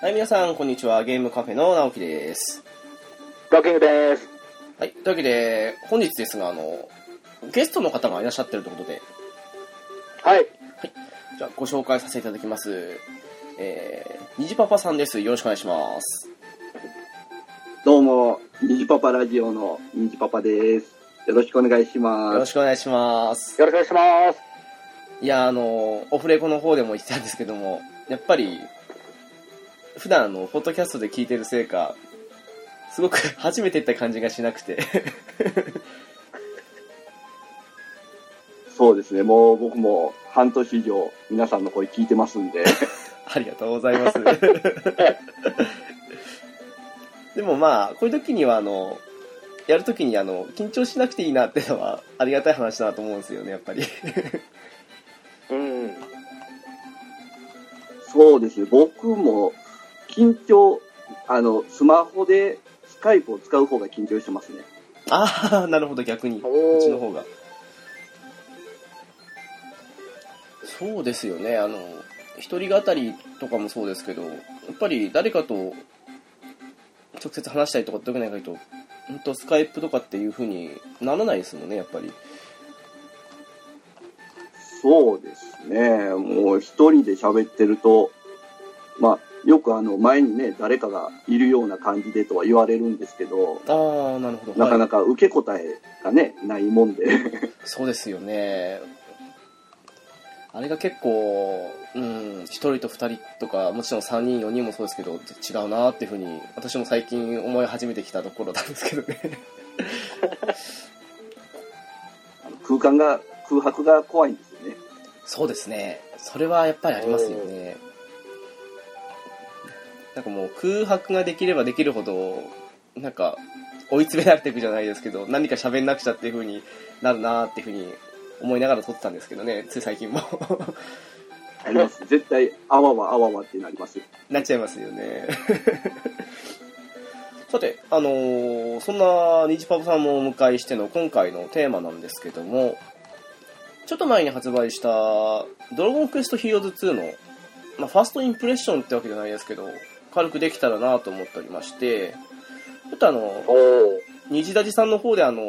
はい、皆さん、こんにちは。ゲームカフェの直樹です。ガキングです。はい、というわけで、本日ですが、あの、ゲストの方がいらっしゃってるということで、はい。じゃあご紹介させていただきます。えー、にじパパさんです。よろしくお願いします。どうも、にじパパラジオのにじパパです。よろしくお願いしよろます。しくお願いします。よろしくお願いしまいや、あの、オフレコの方でも言ってたんですけども、やっぱり、普段、あの、ポッドキャストで聞いてるせいか、すごく 初めてって感じがしなくて。そうですね、もう僕も半年以上皆さんの声聞いてますんで、ありがとうござい ます。でもまあ、こういう時には、あの、やる時に、あの、緊張しなくていいなってのは、ありがたい話だなと思うんですよね、やっぱり。す。 うん。そうですね、僕も緊張、あの、スマホでスカイプを使う方が緊張してますね。 ああ、なるほど、逆に。こっちのおお。方が。そうですよね、あの、一人語りとかもそうですけど、やっぱり誰かと直接話したりとかってわけないと、本当スカイプとかっていう風にならないですもんね、やっぱり。そうですね、もう一人で喋ってると、まあ、よくあの、前にね、誰かがいるような感じでとは言われるんですけど、ああ、なるほど。なかはいなか受け答えがね、ないもんで。 そうですよね。あれが結構、うん、1人と2人とか、もちろん3人、4人もそうですけど、違うなっていうふうに、私も最近思い始めてきたところなんですけどね。あの空間が、空白が怖いんですよね。そうですね。それはやっぱりありますよね。なんかもう空白ができればできるほど、なんか追い詰められていくじゃないですけど、何か喋んなくちゃっていう風になるなっていう風に思いながら撮ってたんですけどね、つい最近も。あり ます。絶対、あわわあわわってなりますよ。なっちゃいますよね。 さて、あのーそんなニジパパさんもお迎えしての今回のテーマなんですけども、ちょっと前に発売した、ドラゴンクエストヒーローズ2の、まあ、ファーストインプレッションってわけじゃないですけど、軽くできたらなと思っておりまして、ちょっとあの、おお。虹立さんの方であの、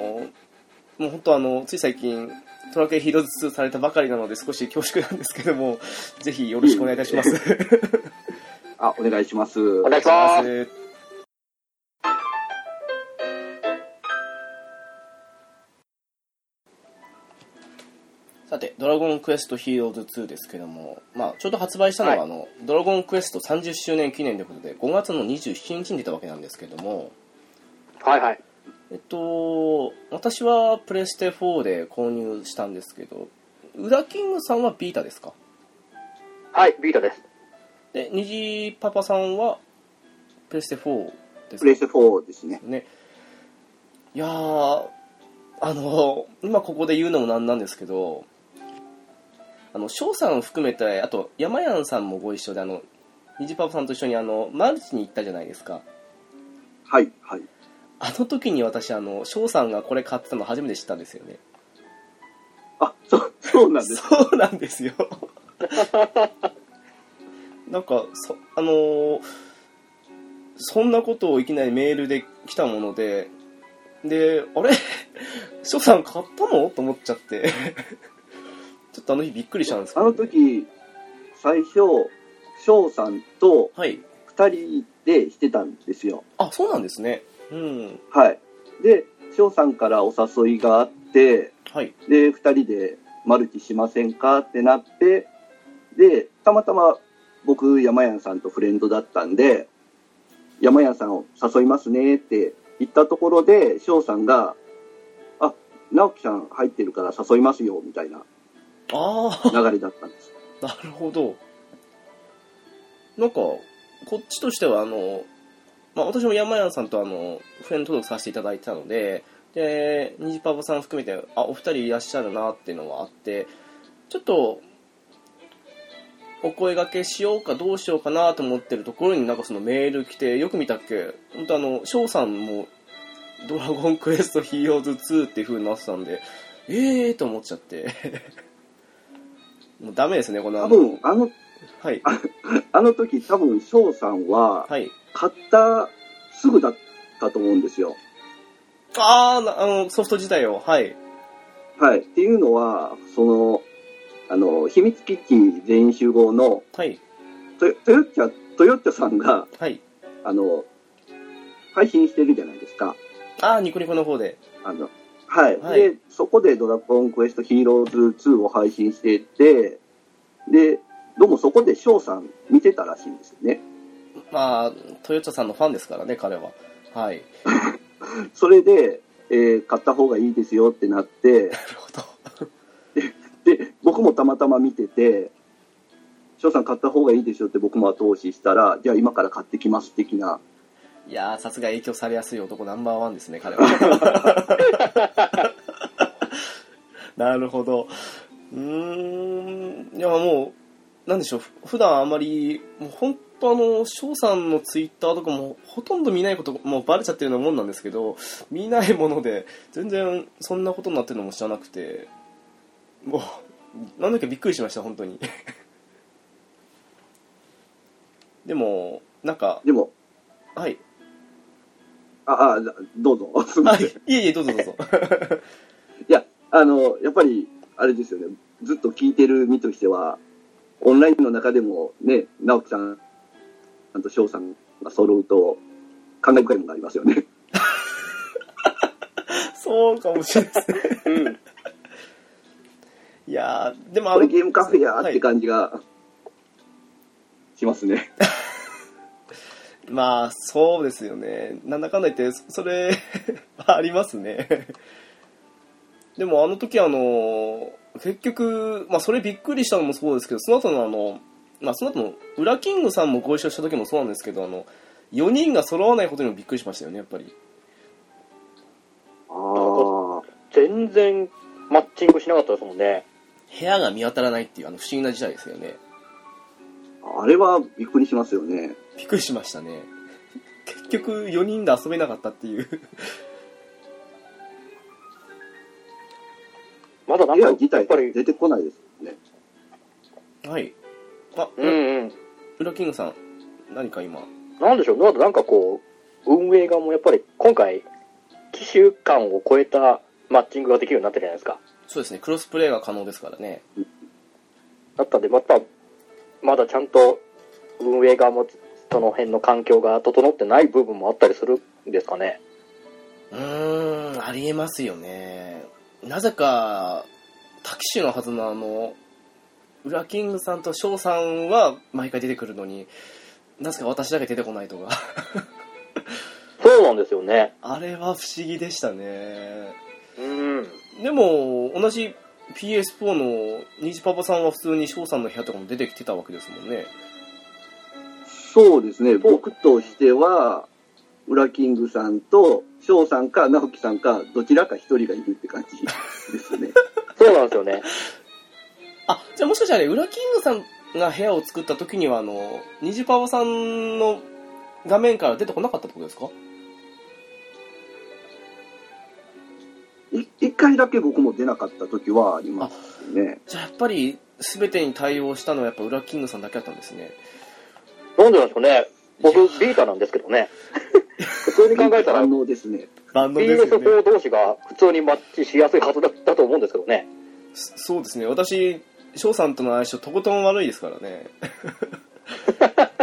もう本当あの、つい最近、トラケヒーローズ2されたばかりなので少し恐縮なんですけども、ぜひよろしくお願いいたします。あ、お願いします。お願いします。さて、ドラゴンクエストヒーローズ2ですけども、まあ、ちょうど発売したのが、はいあの、ドラゴンクエスト30周年記念ということで、5月の27日に出たわけなんですけども、はいはい。えっと、私はプレステ4で購入したんですけど、ウラキングさんはビータですかはい、ビートです。で、ニジパパさんはプレステ4ですプかレイステ4ですね。ねいやーあの今ここで言うのもなんなんですけどあの翔さんを含めてあと山やんさんもご一緒であの虹パパさんと一緒にあのマルチに行ったじゃないですかはい、はい。あの時に私あの翔さんがこれ買ってたの初めて知ったんですよねあ、そう、そうなんです。そうなんです よなんかそあのーそんなことをいきなりメールで来たものでであれ 翔さん買ったのと思っちゃって ちょっとあの日びっくりしたんですけあどね、の時、最初、翔さんとはい2人でしてたんですよ。あそうなんですねうんはい。で、翔さんからお誘いがあって、はいで、2人でマルチしませんかってなって、で、たまたま僕、山屋さんとフレンドだったんで、山屋さんを誘いますねって言ったところで、翔さんが、あ、直樹さん入ってるから誘いますよ、みたいなああ流れだったんです。 なるほど。なんか、こっちとしては、あの、まあ、私も山屋さんとあの、フレンド登録させていただいてたので、で、ニジパパさん含めて、あ、お二人いらっしゃるなっていうのはあって、ちょっと、お声掛けしようかどうしようかなと思ってるところになんかそのメール来て、よく見たっけ本当あの、翔さんも、ドラゴンクエストヒーローズ2っていう風になってたんで、 えーと思っちゃって。もうダメですね、この多あの分、あのはい。あの時多分翔さんははい。買ったすぐだったと思うんですよ。あーな、あの、ソフト自体を、はい。はい。っていうのは、その、あの、秘密基地全員集合のはい。トヨトヨッチャ、トヨッチャさんが、はい。あの、配信してるじゃないですか。あー、ニコニコの方で。あの、はい。はいで、そこでドラゴンクエストヒーローズ2を配信してて、で、どうもそこで翔さん見てたらしいんですよね。まあ、トヨタさんのファンですからね、彼は。はい。それで、えー買った方がいいですよってなって、なるほど。で、僕もたまたま見てて、翔さん買った方がいいですよって僕も後押ししたら、じゃあ今から買ってきます的な。いやー、さすが影響されやすい男ナンバーワンですね、彼は。 なるほど。うーん、いや、もう、なんでしょう、ふ普段あんまり、もう本当あの、翔さんのツイッターとかもほとんど見ないこと、もうバレちゃってるようなもんなんですけど、見ないもので、全然そんなことになってるのも知らなくて、もう、なんだかびっくりしました、本当に。でも、なんか、でも、はい。あ、あ、どうぞ。 すみま あせん。いいえいえ、どうぞどう ぞ。や、あの、やっぱり、あれですよね。ずっと聞いてる身としては、オンラインの中でもね、直樹さん、あと翔さんが揃うと、感慨深いものがありますよね。そうかもしれないですね。うん。いやー、でもあこのれ、ゲームカフェやーっては感じが、しますね。いまあ、そうですよね。なんだかんだ言って、そそれ、 ありますね。でもあの時あの、結局、まあそれびっくりしたのもそうですけど、その後のあの、まあその後の、ウラキングさんもご一緒した時もそうなんですけど、あの、4人が揃わないことにもびっくりしましたよね、やっぱり。あー。全然マッチングしなかったですもんね。部屋が見当たらないっていう、あの、不思議な事態ですよね。あれはびっくりしますよね。びっくりしましたね。結局、4人で遊べなかったっていう。まだなん部か、屋やっ自体ぱり、出てこないですもんね。はい。あ、うんうん。ウラキングさん、何か今。なんでしょう、まだなんかこう、運営側もやっぱり今回、機種間を超えたマッチングができるようになってるじゃないですか。そうですね、クロスプレイが可能ですからね。だったんで、また、まだちゃんと運営側もその辺の環境が整ってない部分もあったりするんですかね。うーん、ありえますよね。なぜか、タキシュのはずのあの、ウラキングさんと翔さんは毎回出てくるのに、なぜか私だけ出てこないとか。そうなんですよね。 あれは不思議でしたね。うん。でも、同じ PS4 の虹パパさんは普通に翔さんの部屋とかも出てきてたわけですもんね。そうですね、僕としては、ウラキングさんと翔さんか直樹さんか、どちらか一人がいるって感じです ね。そうなんですよね。あ、じゃあもしかしたら、ね、ウラキングさんが部屋を作った時には、あの、ニジパワさんの画面から出てこなかったってことですかい一回だけ僕も出なかった時はありますね。じゃあやっぱり、全てに対応したのはやっぱウラキングさんだけだったんですね。なんでなんでしょうね。僕い、ビータなんですけど ね。普通に考えたら、反応ですね。万能ですよね。 PS4 同士が普通にマッチしやすいはずだったと思うんですけどね。そ そうですね。私、翔さんとの相性とことん悪いですからね。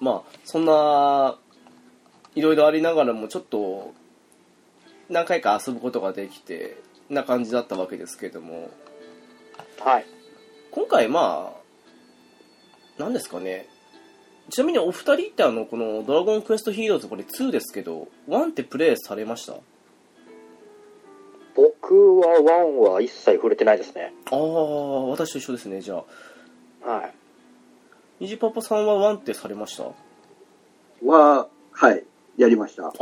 まあ、そんな、いろいろありながらも、ちょっと、何回か遊ぶことができて、な感じだったわけですけども、はい。今回まあ、なんですかね。ちなみにお二人ってあの、このドラゴンクエストヒーローズこれ2ですけど、1ってプレイされましたあ僕は1は一切触れてないですね。あ、私と一緒ですね、じゃあ。はい。ニジパパさんは1ってされましたあは、はい、やりました。あ、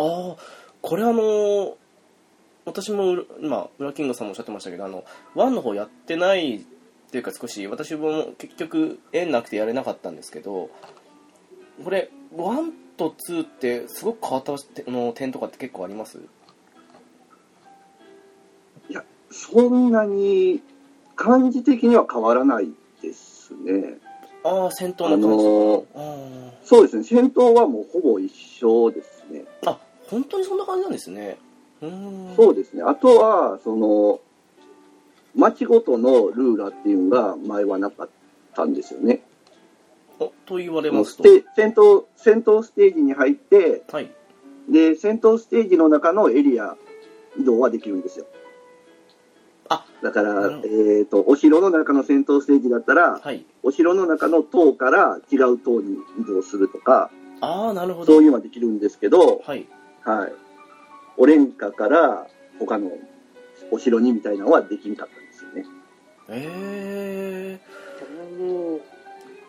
これあのー私もう今、ウラキングさんもおっしゃってましたけど、あの、1の方やってないっていうか少し、私も結局縁なくてやれなかったんですけど、これ、1と2ってすごく変わったてあの点とかって結構ありますそんなに感じ的には変わらないですね。ああ、戦闘のあ感じ。の、あーそうですね、戦闘はもうほぼ一緒ですね。あ、本当にそんな感じなんですね。うーん。そうですね。あとは、その、町ごとのルーラーっていうのが前はなかったんですよね。おと言われもまうすスと。テ戦闘、戦闘ステージに入って、はい。で、戦闘ステージの中のエリア移動はできるんですよ。あだから、なるほどえっ、と、お城の中の戦闘ステージだったら、はい。お城の中の塔から違う塔に移動するとか、ああ、なるほどそう。いうのはできるんですけど、はい。はい。オレンカから他のお城にみたいなのはできなかったんですよね。ええ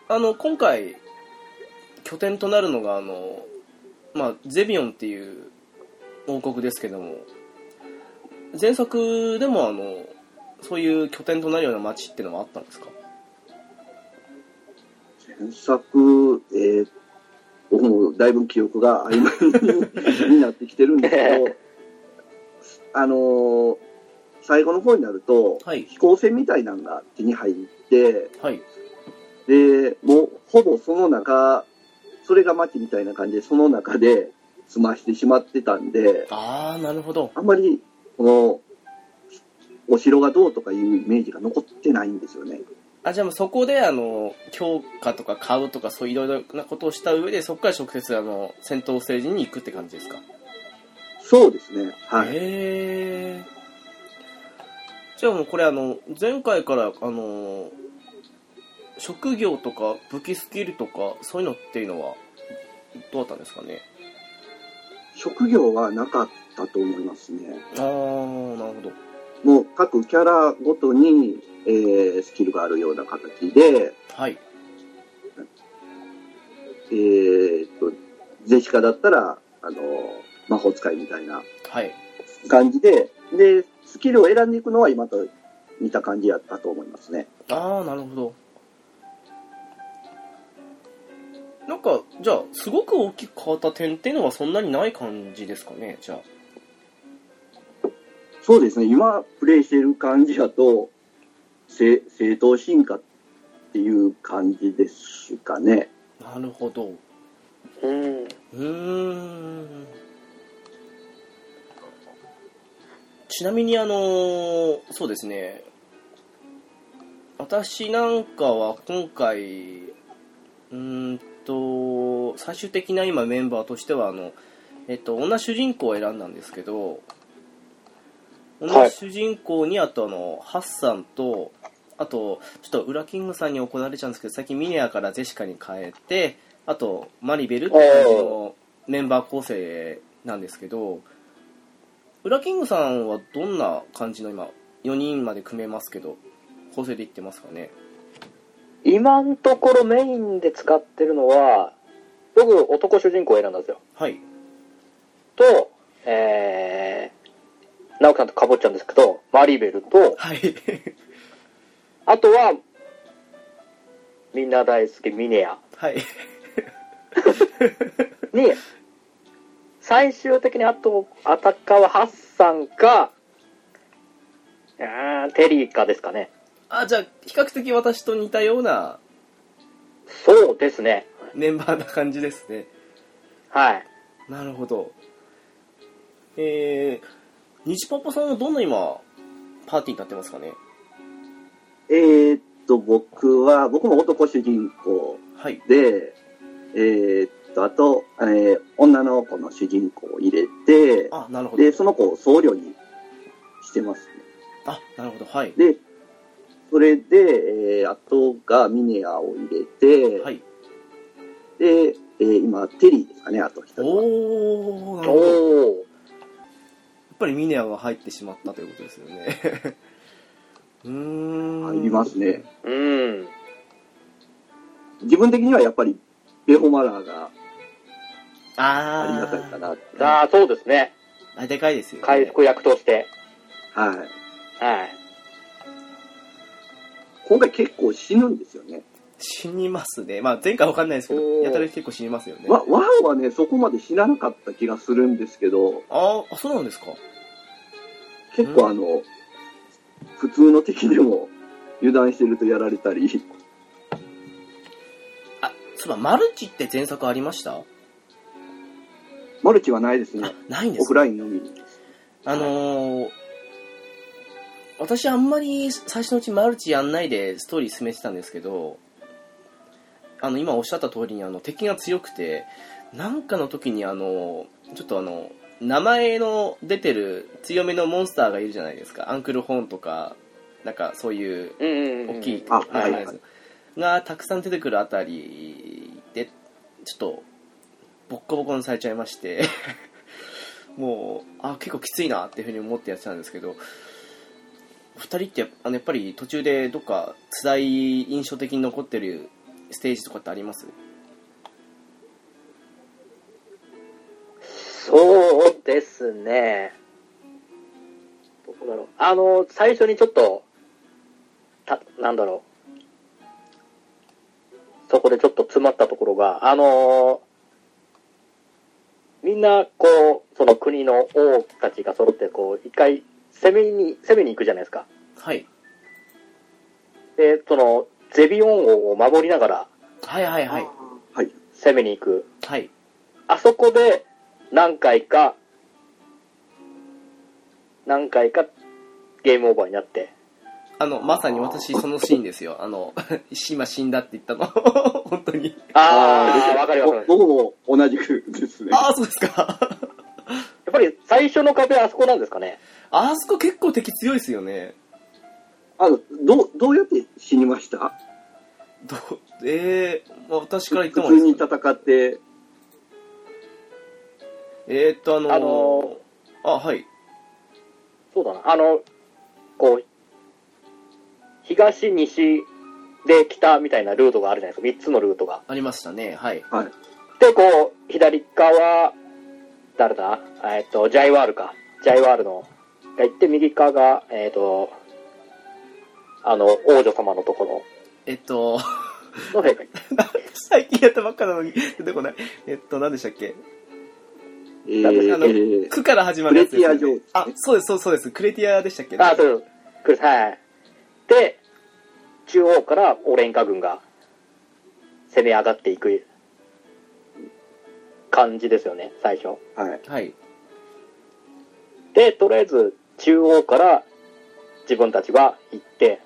あの、今回、拠点となるのが、あの、まあ、ゼビオンっていう王国ですけども、前作でも、あの、そういう拠点となるような街っていうのはあったんですか原作、えー僕もだいぶ記憶が曖昧にになってきてるんですけど、あのー最後の方になると、はい。飛行船みたいなのが手に入って、はい。で、もうほぼその中、それが街みたいな感じで、その中で済ましてしまってたんで、ああ、なるほど。あんまり、この、お城がどうとかいうイメージが残ってないんですよね。あ、じゃあもうそこで、あの、強化とか買うとか、そういろいろなことをした上で、そこから直接、あの、戦闘ステージに行くって感じですかそうですね。はい。へえじゃあもうこれあの前回からあの職業とか武器スキルとかそういうのっていうのはどうだったんですかね職業はなかったと思いますね。ああなるほどもう各キャラごとに、えースキルがあるような形で、はいえーっと、ゼシカだったら、あの、魔法使いみたいなはい感じで、で、スキルを選んでいくのは今と似た感じやったと思いますね。ああなるほどなんかじゃあすごく大きく変わった点っていうのはそんなにない感じですかねじゃあそうですね、今プレイしてる感じだと、正正当進化っていう感じですかね。なるほどううん。ーんちなみにあのーそうですね私なんかは今回うーんと最終的な今メンバーとしてはあのえっと女主人公を選んだんですけどい女主人公にあとあのハッサンとあとちょっとウラキングさんに怒られちゃうんですけど最近ミネアからゼシカに変えてあとマリベルって感じのメンバー構成なんですけどウラキングさんはどんな感じの今4人まで組めますけど構成でいってますかね今のところメインで使ってるのは、僕、男主人公を選んだんですよ。はいと、えー、なおさんとかぼっちゃんですけど、マリベルと、はいあとは、みんな大好きミネア はいに、最終的にあと、アタッカーはハッサンか、うーんテリーかですかね。あじゃあ比較的私と似たようなそうですね。メンバーな感じですねはい。なるほどえー、ニジパパさんはどんな今パーティーになってますかねえーっと、僕は、僕も男主人公はいで、えーっと、あと、えー女の子の主人公を入れて、あなるほどで、その子を僧侶にしてますね。あなるほどはいで、それで、えーあとがミネアを入れて、はいで、えー今、テリーですかね、あと一人は。おおなるほどやっおー。ぱりミネアが入ってしまったということですよね うーん入りますね。うん。自分的にはやっぱり、ベホマラーがああーりがたいかなって。ああ、そうですね。あでかいですよ、ね、回復役として。はい。はい。今回結構死ぬんですよね。死にますねまあ前回わかんないですけどおーやたら結構死にますよねわ、ワンはね、そこまで死ななかった気がするんですけど、あーあそうなんですか結構あの、普通の敵でも油断してるとやられたり、あ、そういえば、マルチって前作ありましたマルチはないですねあ。、ないんでオすフラインのみ。あのー私あんまり最初のうちマルチやんないでストーリー進めてたんですけど、あの、今おっしゃった通りにあの敵が強くて、なんかの時にあの、ちょっとあの、名前の出てる強めのモンスターがいるじゃないですか。アンクルホーンとか、なんかそういううんうんうん大きい、ああはれいなんですよがたくさん出てくるあたりでちょっとボッコボコにされちゃいまして もうあ結構きついなっていうふうに思ってやってたんですけど2人ってやっぱあのやっぱり途中でどっか辛い印象的に残ってるステージとかってありますそうですね。どこだろう。あの、最初にちょっと、た、なんだろう。そこでちょっと詰まったところが、あのみんな、こう、その国の王たちが揃って、こう、一回、攻めに、攻めに行くじゃないですか。はいで、その、ゼビオン王を守りながらはいはいはいはい。攻めに行く。はいあそこで何回か、何回かゲームオーバーになって。あのまさに私そのシーンですよあの 今死んだって言ったの 本当にああ、わかるわかる。やっ僕も同じくですね。ああそうですかぱり最初の壁はあそこなんですかね。あそこ結構敵強いですよねあの、どう、どうやって死にましたどえー、まあ私から言って普も通にです戦かって、えー、っとあのー、あのあはいそうだな。あの、こう、東、西、で、北みたいなルートがあるじゃないですか。3つのルートが。ありましたねはいはい。で、こう、左側、誰だえっと、ジャイワールか。ジャイワールの、が行って、右側が、えっと、あの、王女様のところえっと の陛下最近やったばっかなのに出てこないえっと何でしたっけえだってあのー、区から始まるやつですよねクレティアあそうですそうですそうですクレティアでしたっけあ、そう、来る、はい。で、中央からオレンカ軍が攻め上がっていく感じですよね、最初。はい。はいで、とりあえず中央から自分たちは行って、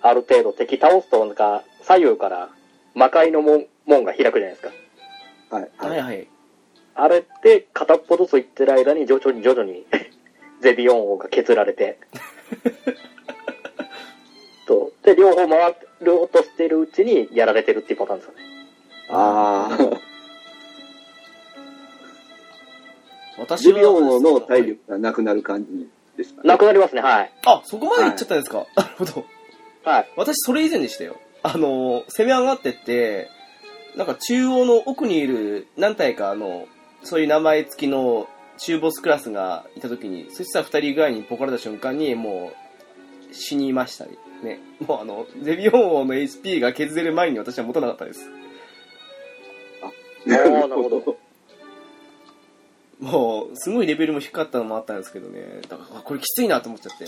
ある程度敵倒すと、なんか左右から魔界の門門が開くじゃないですか。はい。はいはいあれって片っぽずつ行ってる間に徐々に徐々に ゼビオン王が削られてとで両方回ろうとしてるうちにやられてるっていうパターンですよねああ。私ジはビオの体力がなくなる感じですかね。なくなりますねはいあそこまで行っちゃったんですか、なるほどはい私それ以前でしたよあの攻め上がってってなんか中央の奥にいる何体かあのそういう名前付きの中ボスクラスがいた時にそしたら2人ぐらいにボコられた瞬間にもう死にましたねねもうあのゼビオン王の HP が削れる前に私は持たなかったですなる ほど。もうすごいレベルも低かったのもあったんですけどねだからあこれきついなと思っちゃって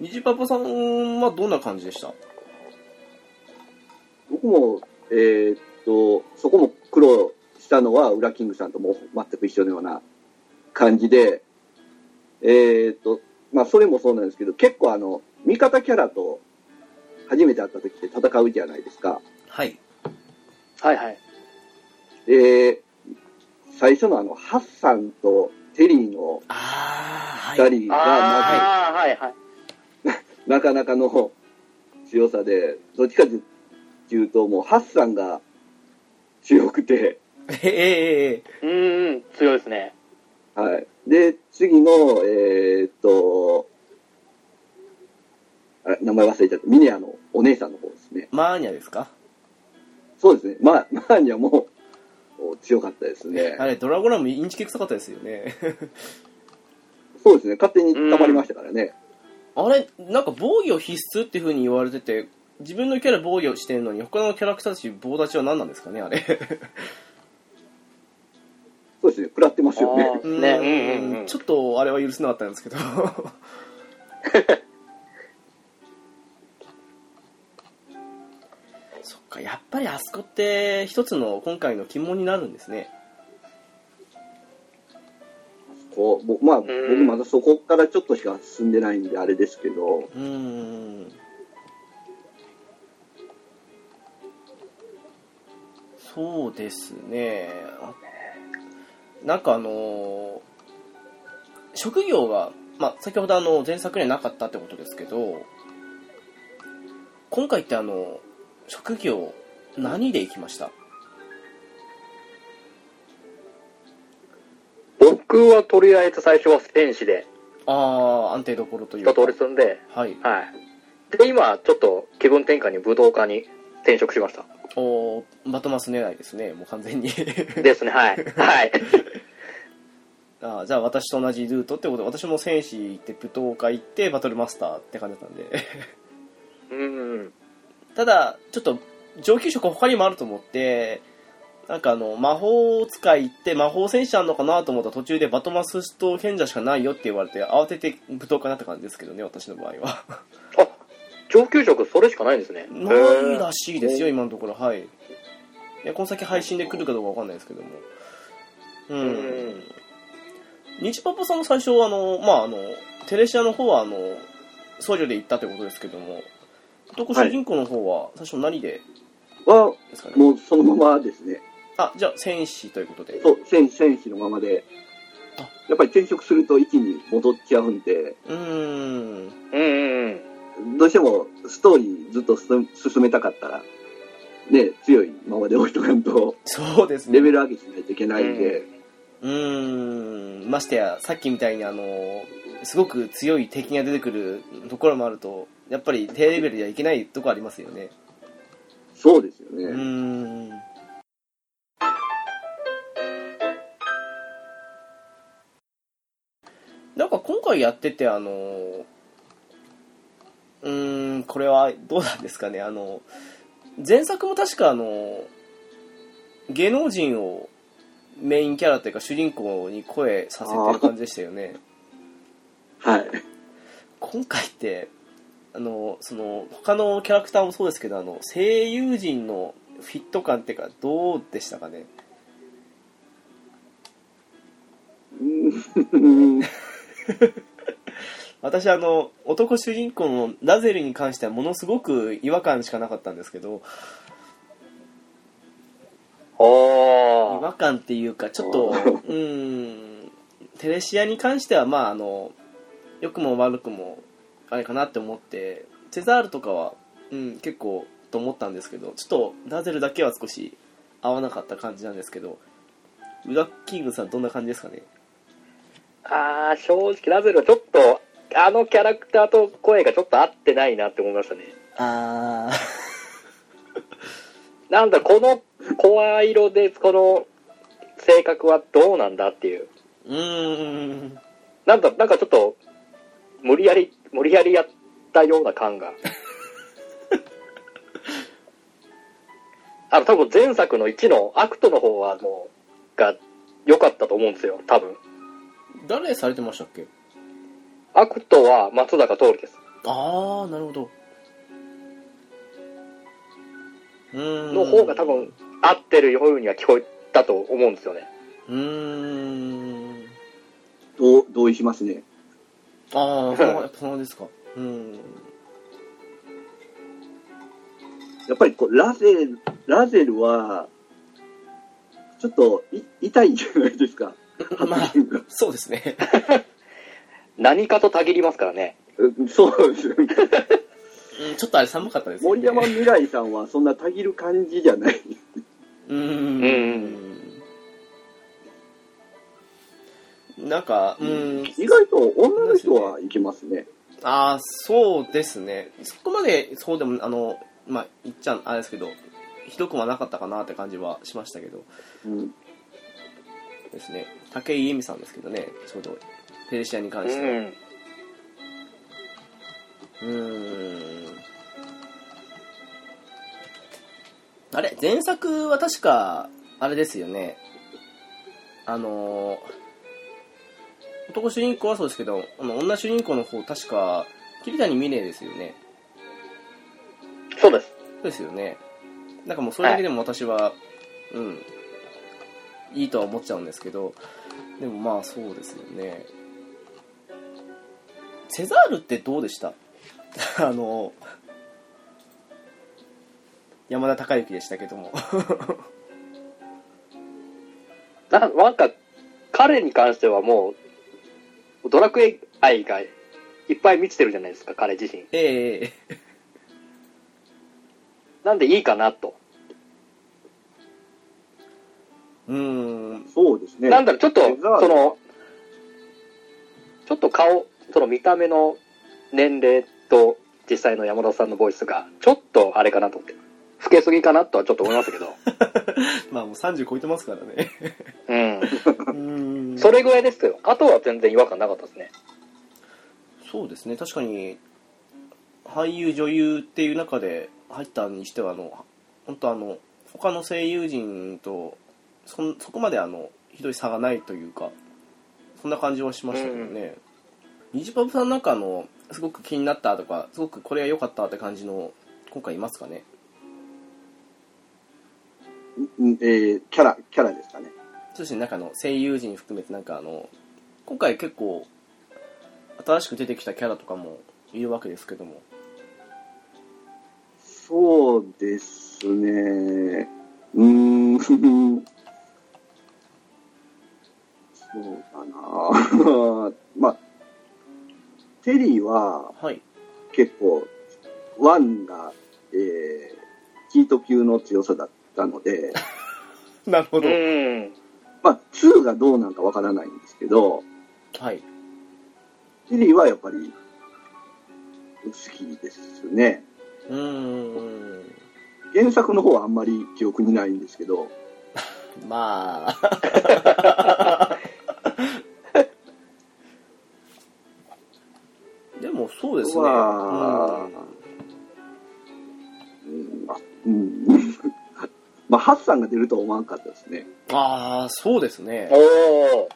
虹パパさんはどんな感じでした僕も、えーっと、そこも苦労したのは、ウラキングさんとも全く一緒のような感じで、えーっと、まあ、それもそうなんですけど、結構あの、味方キャラと初めて会った時って戦うじゃないですか。はいはいはいで、最初のあの、ハッサンとテリーのああはい二人が、まず、ああはいはいなかなかの強さで、どっちかっていうと、もう、ハッサンが強くて、ええええうーん強いですねはい。で、次の、えーっと、あれ名前忘れちゃった。ミネアのお姉さんの方ですね。マーニャですかそうですね。まあ、 マーニャもお強かったですねあ。れドラゴラムインチキ臭かったですよね そうですね。勝手に溜まりましたからね。あれなんか防御必須っていう風に言われてて自分のキャラ防御してるのに他のキャラクターたち棒立ちは何なんですかねあれそそうですね、食らってますよね。あーねうんうんうんちょっとあれは許せなかったんですけど そっかやっぱりあそこって一つの今回の肝になるんですねこうぼまあ、僕んまだそこからちょっとしか進んでないんで、あれですけど、うんそうですねなんかあのー職業が、まあ、先ほどあの前作にはなかったってことですけど今回ってあの職業何で行きました僕はとりあえず最初は戦士でああ安定どころという一か通り積んで、はいはい。で、今、ちょっと気分転換に武道家に転職しました。おーバトマス狙いですねもう完全にですね、はい。はい。ああじゃあ私と同じルートってことで私も戦士行って舞踏会行ってバトルマスターって感じだったんで うん。ただちょっと上級職他にもあると思ってなんかあの魔法使い行って魔法戦士あんのかなと思ったら途中でバトマスと賢者しかないよって言われて慌てて舞踏会になった感じですけどね私の場合はあ、上級職それしかないんですね。ないらしいですよへー今のところはいいやこの先配信で来るかどうかわかんないですけどもう、うんん。日パパさんも最初はあの、まあ、あのテレシアの方はあの僧侶で行ったということですけども男主人公の方は最初何では、ですかね、もうそのままですね、あじゃあ戦士ということでそう、戦戦士のままであ、やっぱり転職すると一気に戻っちゃうんで、うーんうんうんうん。どうしてもストーリーずっと進進めたかったら、ね、強いままで置いとかんと、そうですレねベル上げしないといけないんで、うーんましてやさっきみたいにあのすごく強い敵が出てくるところもあるとやっぱり低レベルではいけないとこありますよねそうですようね。ーんなんか今回やっててあのうーんこれはどうなんですかねあの前作も確かあの芸能人をメインキャラというか主人公に声させてる感じでしたよねはい。 今回ってあのその他のキャラクターもそうですけどあの声優陣のフィット感っていうかどうでしたかねうん私あの男主人公のラゼルに関してはものすごく違和感しかなかったんですけど違ああ。和感っていうかちょっとうーんテレシアに関してはまああの良くも悪くもあれかなって思ってセザールとかは、うん、結構と思ったんですけどちょっとラゼルだけは少し合わなかった感じなんですけどウラッキングさんどんな感じですかねああ、正直、ラゼルはちょっと、あのキャラクターと声がちょっと合ってないなって思いましたね。ああなんだ、この声色で、この性格はどうなんだっていう。うーんなんだ、なんかちょっと、無理やり、無理やりやったような 感が。あの、多分前作の1のアクトの方はもう、が良かったと思うんですよ、多分。誰されてましたっけアクトは松坂桃李です。ああなるほどうーんの方が多分合ってるようには聞こえたと思うんですよね。うーんと同意しますね。あ あやっぱそうですかうんやっぱりこうラゼル、ラゼルは、ちょっとい痛いんじゃないですか。まあそうですね何かとたぎりますからね。うん そうですよね。うんちょっとあれ寒かったですね森山未来さんはそんなたぎる感じじゃない。うーんなんかうん意外と女の人はいけますね。ああそうですねそこまでそうでもあのまあ言っちゃあれですけどひどくはなかったかなって感じはしましたけどうん、ですね武井絵美さんですけどねちょうどペルシアに関うしては、ん。うーんあれ前作は確かあれですよねあのー男主人公はそうですけど、あの女主人公の方、確か、桐谷美玲ですよね。そうです。そうですよね。なんかもうそれだけでも私は、うん、いいとは思っちゃうんですけど、でもまあそうですよね。セザールってどうでした あの、山田孝之でしたけども。 ななんか、彼に関してはもう、ドラクエ愛がいっぱい満ちてるじゃないですか、彼自身。ええなんでいいかなと。うーん、そうですね。なんだろう、ちょっとセザー、ルその、ちょっと顔、その見た目の年齢と実際の山田さんのボイスが、ちょっとあれかなと思って、老けすぎかなとはちょっと思いました けど、まあもう30超えてますからね。ううーんん。それぐらいですけど、あとは全然違和感なかったですね。そうですね確かに俳優女優っていう中で入ったにしてはあの本当あの他の声優陣とそんそこまであのひどい差がないというかそんな感じはしましたけどね、ニジパブさんなんかあのすごく気になったとかすごくこれは良かったって感じの今回いますかねうんえーキャラ、キャラですかね。そしてなんかあの声優陣含めてなんかあの今回結構新しく出てきたキャラとかもいるわけですけどもそうですね。うーん。そうだな まあ、テリーははい結構、ワンが、えー、キート級の強さだったので、なるほど、うん。まあ、2がどうなんかわからないんですけど、はいテリーはやっぱり、好きですね。うーん原作の方はあんまり記憶にないんですけど、まあ でもそうですね、はうんうんあうん、まあ、ハッサンが出るとは思わなかったですね。ああそうですねお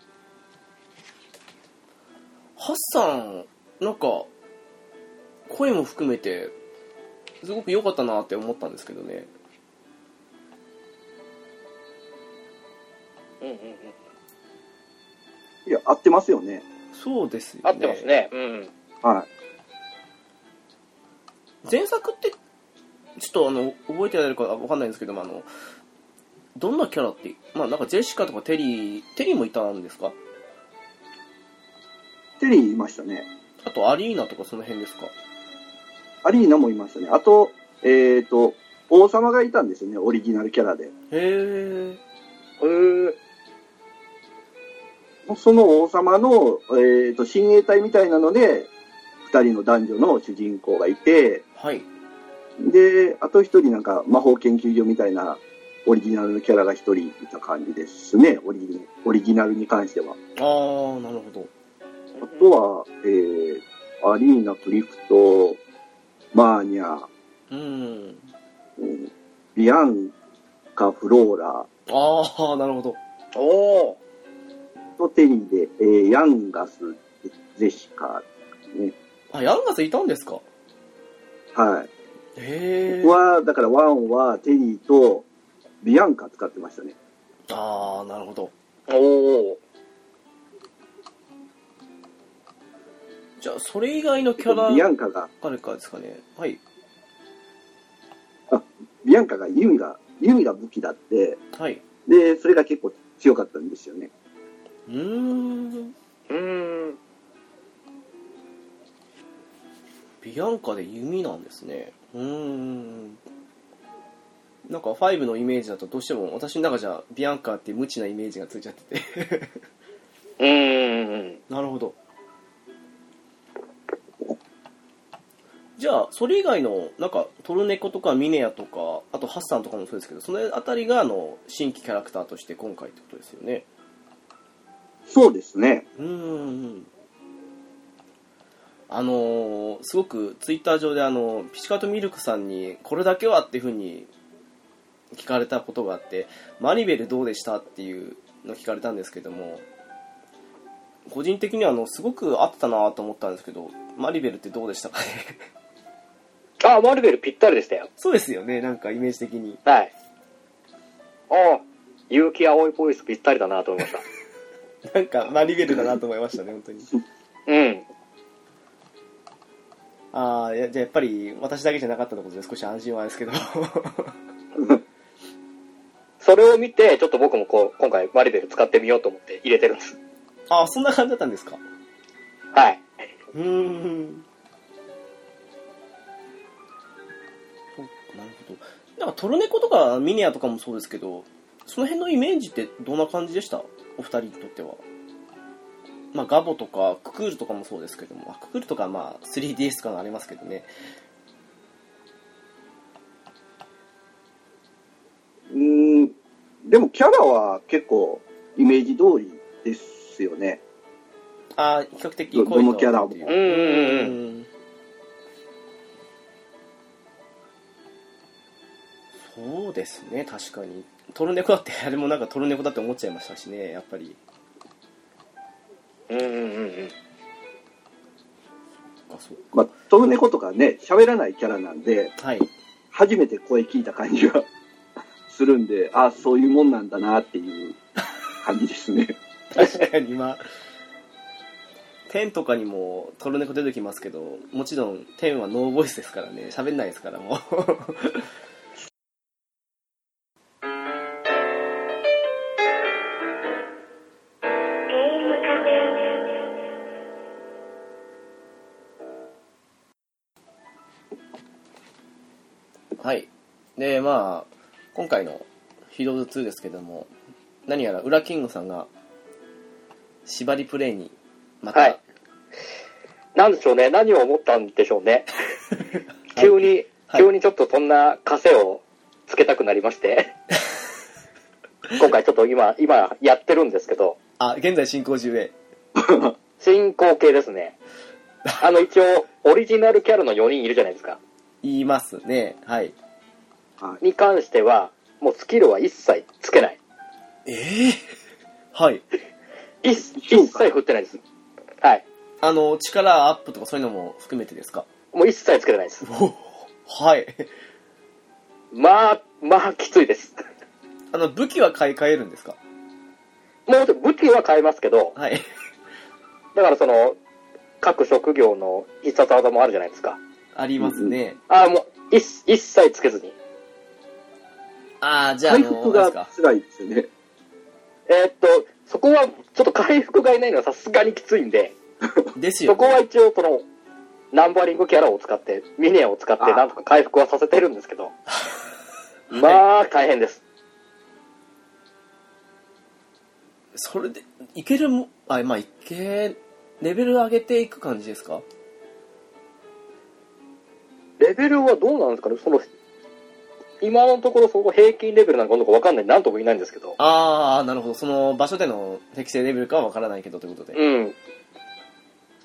ハッサンなんか声も含めてすごく良かったなって思ったんですけどねー。うんうんうん。いや、合ってますよね。そうですよね合ってますね。うん。は前作ってちょっとあの覚えてられるかわかんないんですけどもあのどんなキャラってまあなんかジェシカとかテリーテリーもいたんですかい。テリーいましたね。あとアリーナとかその辺ですかアリーナもいましたね。あと、えっ、と、王様がいたんですよね、オリジナルキャラで。へえへーその王様の、えっ、と、親衛隊みたいなので、二人の男女の主人公がいて、はいで、あと一人なんか魔法研究所みたいなオリジナルのキャラが一人いた感じですね、オリジナルオリジナルに関しては。ああなるほどあとは、えー、アリーナ、プリフト、マーニャ、うんうんビアンカ、フローラああなるほどおー。とテリーで、えー、ヤンガス、ゼシカ、ね。あヤンガスいたんですかはい。へえ僕は、だからワンはテリーとビアンカ使ってましたね。ああなるほどおー。じゃあそれ以外のキャビアランカが、誰かですかねはいビアンカが弓が、弓が武器だって、はいで、それが結構強かったんですよね。うーんうーん。ビアンカで弓なんですねうーんなんか5のイメージだとどうしても私の中じゃビアンカって無知なイメージがついちゃっててうーん。なるほどじゃあそれ以外のなんかトルネコとかミネアとかあとハッサンとかもそうですけどその辺りがあの新規キャラクターとして今回ってことですよねそうですね。うーんあのーすごくツイッター上であのピチカートミルクさんにこれだけはっていうふうに聞かれたことがあってマリベルどうでしたっていうの聞かれたんですけども個人的にはあのすごく合ってたなと思ったんですけどマリベルってどうでしたかね ああ、マルベルぴったりでしたよ。そうですよねなんかイメージ的にはい。ああ、結城葵ボイスぴったりだなと思いまし た。なんかマリベルだなと思いましたね本当にうん。ああいやじゃあやっぱり私だけじゃなかったとことで少し安心はですけど それを見て、ちょっと僕もこう、今回マリベル使ってみようと思って入れてるんです。ああそんな感じだったんですかはい。うーんそうなるほどなんかトルネコとかミネアとかもそうですけどその辺のイメージってどんな感じでしたお二人にとってはまあガボとかククールとかもそうですけどもあククールとかまあ 3DS とかがありますけどねうーん、でもキャラは結構イメージ通りですよね。ああ比較的どどのキャラも濃いとうんうんうん。うん、そうですね確かにトルネコだってあれもなんかトルネコだって思っちゃいましたしねやっぱりうん、うんうん。あそうまあ、トルネコとかね、喋らないキャラなんで、はい初めて声聞いた感じが するんで、あそういうもんなんだなっていう感じです ね。確かにまあ天とかにもトルネコ出てきますけどもちろん天はノーボイスですからね喋んないですからもう はいでまあ今回の「ヒーローズ2」ですけども何やらウラキングさんが縛りプレイにまた、はいなんでしょうね、何を思ったんでしょう ね。急に、はい急にちょっとそんな枷をつけたくなり まして。今回ちょっと今、今やってるんですけど、あ現在進行中で進行形ですね。あの一応、オリジナルキャラの4人いるじゃないですか。言いますねはいはい、に関しては、もうスキルは一切つけない。ええはい一一切振ってないです。はい。あの力アップとかそういうのも含めてですかもう一切つけてないです。おはい まあ、まあ、きついです。あの武器は買い替えるんですかもう武器は変えますけど、はい だからその、各職業の必殺技もあるじゃないですか。ありますね、ああ、もう、一一切つけずに。ああじゃああ回の復あれがですか辛いですよね。えーっと、そこは、ちょっと回復がいないのはさすがにきついんで、ですよ、そね、こは一応その、ナンバリングキャラを使って、ミネアを使って、あーなんとか回復はさせてるんです けど、まあ、大変です。それでいけるもあまあいけレベル上げていく感じですかレベルはどうなんですかねその、今のところそこ平均レベルなのかどうかわかんない、なんとも言えないんですけど。ああなるほどその場所での適正レベルかは分からないけどということで、うん。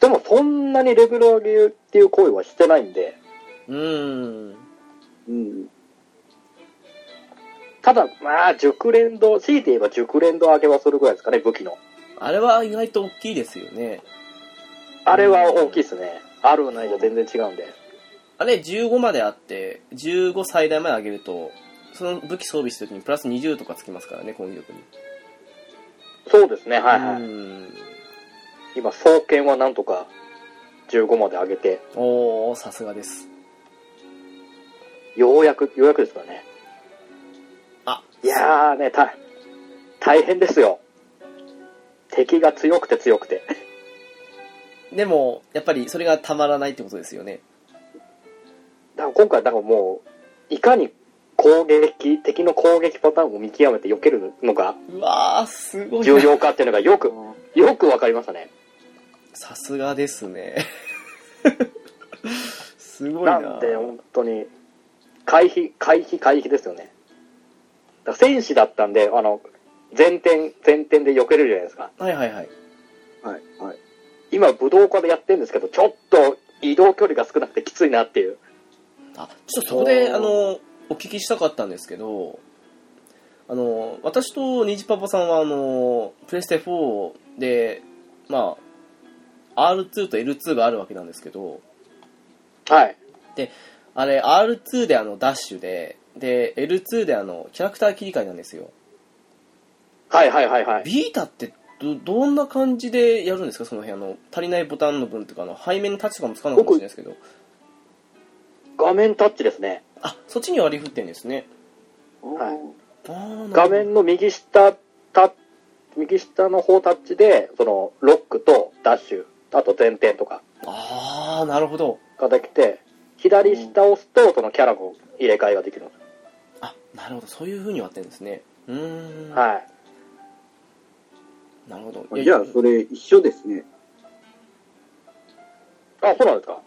でもそんなにレベル上げっていう行為はしてないんで、うーんうん。ただ、まあ、熟練度、強いて言えば熟練度上げはするぐらいですかね、武器の。あれは意外と大きいですよねあれは大きいですね。あるないじゃ全然違うんで。あれ15まであって15最大まで上げるとその武器装備した時にプラス20とかつきますからね攻撃力にそうですね、はいはうい。ーん今、双剣はなんとか15まで上げて、おおさすがですようやく、ようやくですからね。あいやーね、た、大変ですよ。敵が強くて強くて。でもやっぱりそれがたまらないってことですよねだから今回、だからもう、いかに攻撃、敵の攻撃パターンを見極めて避けるのがうわーすごい重な要かっていうのがよく、 よくわかりましたね。さすがですね すごいななんで、本当に、回避、回避、回避ですよね。だから戦士だったんで、あの、前転、前転で避けれるじゃないですか。はいはいはいはい、はい。今、武道家でやってるんですけど、ちょっと移動距離が少なくてきついなっていう。あちょっとそこでおーあのお聞きしたかったんですけどあの私とニジパパさんはあのプレステ4で、まあ、R2 と L2 があるわけなんですけどはい。あれ R2 であのダッシュでで L2 であのキャラクター切り替えなんですよはいはいはいはい。ビータってどどんな感じでやるんですかその辺あの足りないボタンの分とかあの背面のタッチとかも使うのかもしれないですけど画面タッチですね。あそっちに割り振ってんですねはいあーなる画ほど面の右下タ右下の方タッチで、その、ロックとダッシュ、あと前転とかああなるほどができて、左下を押すと、そのキャラの入れ替えができるんです。あなるほどそういうふうに割ってるんですねうーん、はい。なるほどあじゃあ、それ一緒ですね。あ、そうなんですか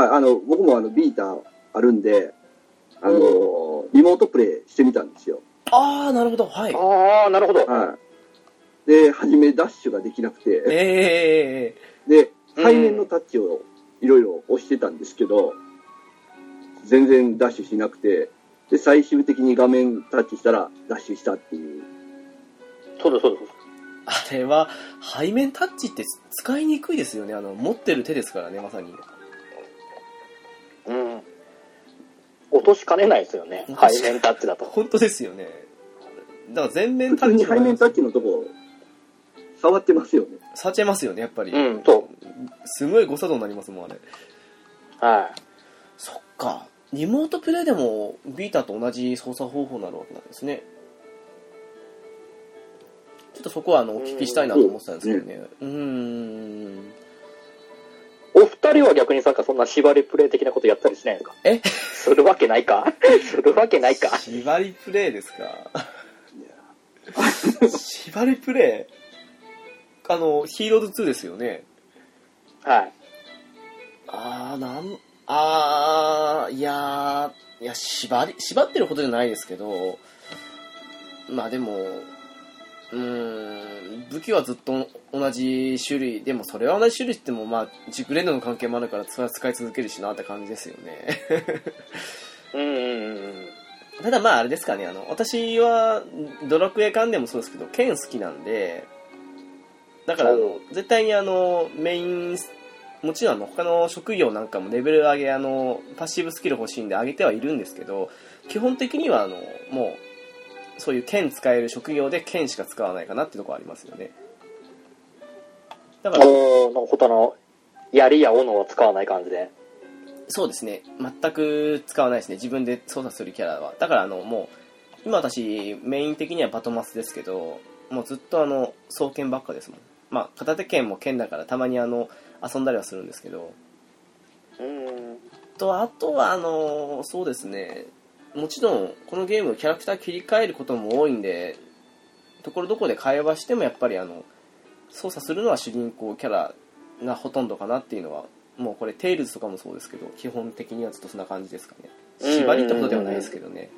はい、あの、僕もあの、ビータあるんで、あの、リモートプレイしてみたんですよ。ああなるほどはいああ、なるほど。はい。で、初めダッシュができなくえて、えで、背面のタッチをいろいろ押してたんですけど、全然ダッシュしなくて、で、最終的に画面タッチしたら、ダッシュしたっていう。そうです、そうです。あれは背面タッチって使いにくいですよねあの持ってる手ですからねまさにうん。落としかねないですよね。落とし背面タッチだと。本当ですよねだから全面普タ通ッにチ背面タッチのとこ、触ってますよね。触っちゃいますよねやっぱり、うん、そすごい誤作動になりますもんあれう。はそっかリモートプレイでもビータと同じ操作方法になるわけなんですねちょっとそこはあのお聞きしたいなと思ってたんですけどねうーんい。お二人は逆にさ、そんな縛りプレイ的なことやったりしないんですかえするわけないかするわけないか。縛りプレイですか縛りプレイあのヒーローズ2ですよねはい。ああなんあーいやーいや縛り縛ってることじゃないですけどまあでもうーん武器はずっと同じ種類でもそれは同じ種類って言ってもまあ熟練度の関係もあるからそれは使い続けるしなって感じですよねうんうんうん。ただまああれですかねあの私はドラクエ関連もそうですけど剣好きなんでだからあおの絶対にあのメインもちろんあの他の職業なんかもレベル上げあのパッシブスキル欲しいんで上げてはいるんですけど基本的にはあのもうそういう剣使える職業で剣しか使わないかなってとこはありますよねだからおーの他の槍や斧を使わない感じで。そうですね全く使わないですね自分で操作するキャラはだからあのもう今私メイン的にはバトマスですけどもうずっとあの双剣ばっかですもんまあ片手剣も剣だからたまにあの遊んだりはするんですけどうん。とあとはあのそうですねもちろんこのゲームキャラクター切り替えることも多いんでところどころで会話してもやっぱりあの操作するのは主人公キャラがほとんどかなっていうのはもうこれテイルズとかもそうですけど基本的にはずっとそんな感じですかねうんうんうんうん縛りってことではないですけどね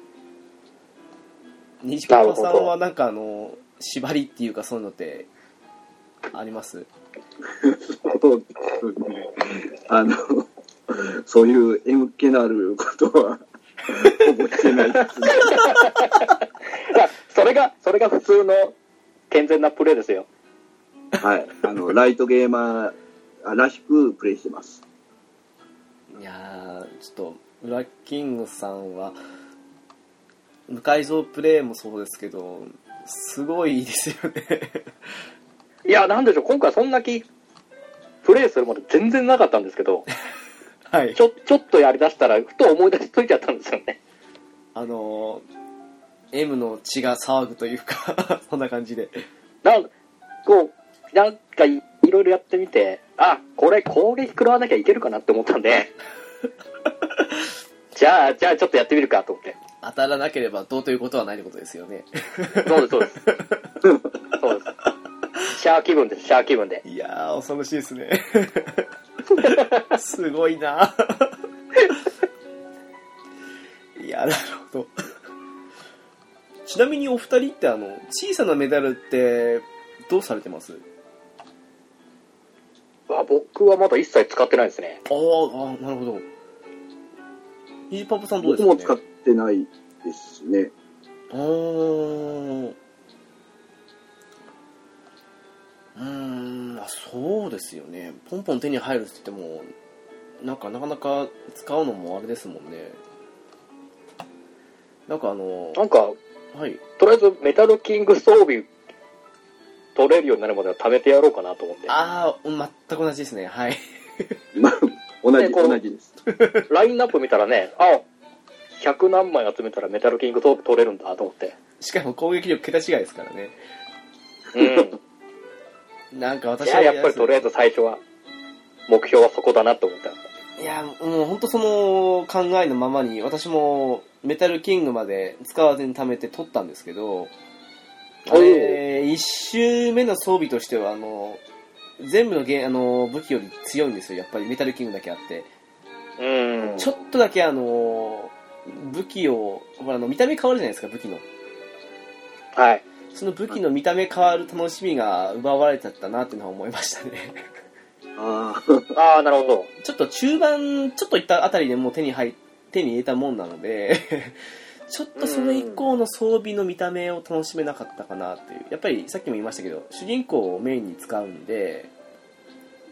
虹パパさなるんほはどなんかあの縛りっていうかそういうのってありますそうですね。あの、そういう縁気のあることは、ほぼしてないですね。それが、それが普通の健全なプレイですよ。はい。あの、ライトゲーマーらしくプレイしてます。いやーちょっとウラキングさんは無改造プレイもそうですけどすごいですよね いや、なんでしょう、今回そんな気、プレイするまで全然なかったんですけど、はいちょ、ちょっとやりだしたら、ふと思い出しといちゃったんですよね。あのー、M の血が騒ぐというか そんな感じでなんこう、なんかいいろいろやってみて、あ、これ攻撃食らわなきゃいけるかなって思ったんで、じゃあ、じゃあちょっとやってみるかと思って。当たらなければどうということはないってことですよねそうです、そう です。そうです。シャア気分です、シャア気分で。いやー恐ろしいですね すごいないやなるほどちなみにお二人ってあの小さなメダルってどうされてますあ僕はまだ一切使ってないですね。あーあーなるほどイーパパさんどうで僕すか、ね、も使ってないですね。あーですよねポンポン手に入るって言ってもなんかなかなか使うのもあれですもんねなんかあのなんか、はいとりあえずメタルキング装備取れるようになるまでは貯めてやろうかなと思って。ああ全く同じですねはいまあ同ねじこう同じですラインナップ見たらね、あ、100何枚集めたらメタルキング装備取れるんだと思って。しかも攻撃力桁違いですからね うん。なんかい私や、やっぱりとりあえず最初は、目標はそこだなと思った。いやもう本当その考えのままに私もメタルキングまで使わずに貯めて取ったんですけどあれ1周目の装備としてはあの全部のゲーあの武器より強いんですよやっぱりメタルキングだけあってうん。ちょっとだけあの武器をほらあの見た目変わるじゃないですか武器のはい。その武器の見た目変わる楽しみが奪われちゃったなっていうのは思いましたねああああ、なるほど。ちょっと中盤、ちょっといったあたりでもう手に入っ手に入れたもんなので、 ちょっとそれ以降の装備の見た目を楽しめなかったかなっていう。やっぱりさっきも言いましたけど、主人公をメインに使うんで、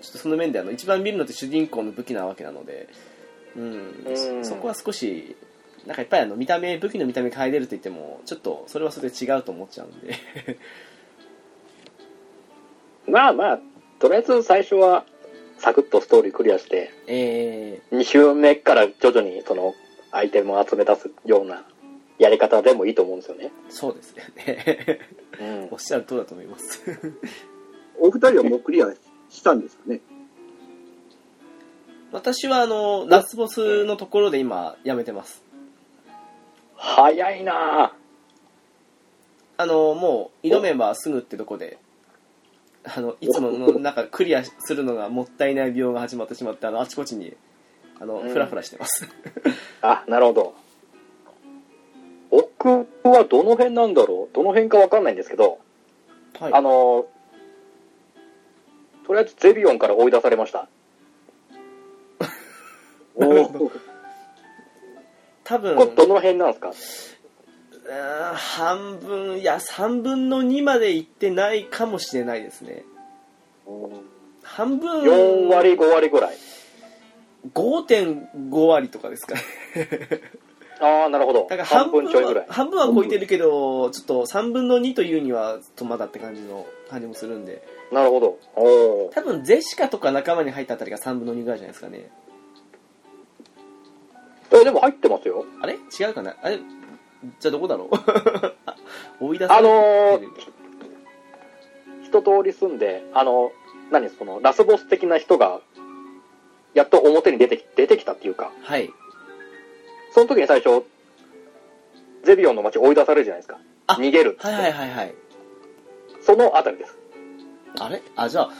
ちょっとその面であの、一番見るのって主人公の武器なわけなので、うん、うんそそこは少し、なんかやっぱりあの、見た目、武器の見た目変えれると言っても、ちょっとそれはそれで違うと思っちゃうんで。 まあまあ、とりあえず最初は、サクッとストーリークリアして、え2周目から徐々にその、アイテムを集め出すようなやり方でもいいと思うんですよね。ー、そうですよね。 うんおっしゃる通りだと思います。お二人はもうクリアしたんですかね私はあのラスボスのところで今やめてます早いなああのもう挑めばすぐってとこであのいつものなんかクリアするのがもったいない病が始まってしまってあのあちこちにあのうんフラフラしてます、あ、なるほど。僕はどの辺なんだろうどの辺かわかんないんですけど、はいあの、とりあえずゼビオンから追い出され ました。おお多分これどの辺なんですか、あー半分いや3分の2までいってないかもしれないですね半分 ?4 割、5割ぐらい。 5.5割とかですか ねああ、なるほどだから。半半分分ちょいぐら。はい半分は超えてるけどちょっと3分の2というにはちょっとまだって感じの感じもするんでなるほど。おー多分ゼシカとか仲間に入ったあたりが3分の2ぐらいじゃないですかねえ、でも入ってますよ。あれ違うかなあれじゃあどこだろう あ追い出さあれのてーる、一通り住んで、あの、何その、ラスボス的な人が、やっと表に出てき、出てきたっていうか、はいその時に最初、ゼビオンの街追い出されるじゃないですか。あ逃げるっつってはいはいはいはいそのあたりです。あれあじゃあ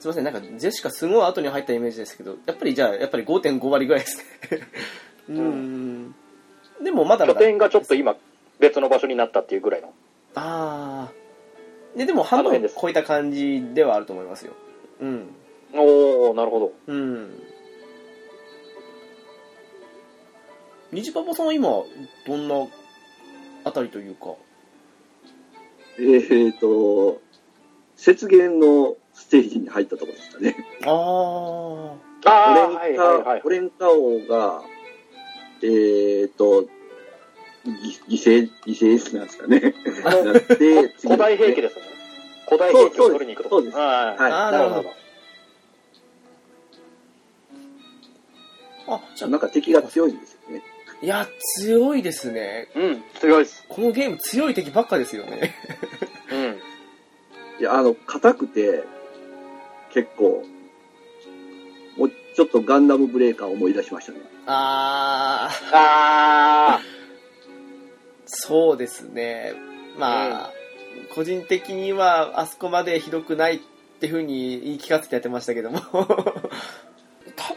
すいませんなんかゼシカすごい後に入ったイメージですけどやっぱりじゃあやっぱり5.5割ぐらいですねうーんでもまだま拠だ点がちょっと今、別の場所になったっていうぐらいの。ああででも半あの辺分です超えた感じではあると思いますようんおー、なるほど。うん虹パパさんは今どんなあたりというかえっと雪原のステージに入ったところでしたねあああオレー、ンカ、はいはいはいオ。レンカ王が、えーと、ぎ犠牲、犠牲なんですかね。あのなって、古代兵器で。ですよね。古代兵器を取りに行くとこ。そうですはいはあいーはい。ななるるほほどど。あじゃなんか敵が強いんですよね。あいや強いですねうん、強いっす。このゲーム強い敵ばっかですよねうん。いや、あの、硬くて、結構、もうちょっとガンダムブレーカーを思い出しましたね。あああそうですねまあ、個人的にはあそこまでひどくないってふうに言い聞かせてやってましたけども多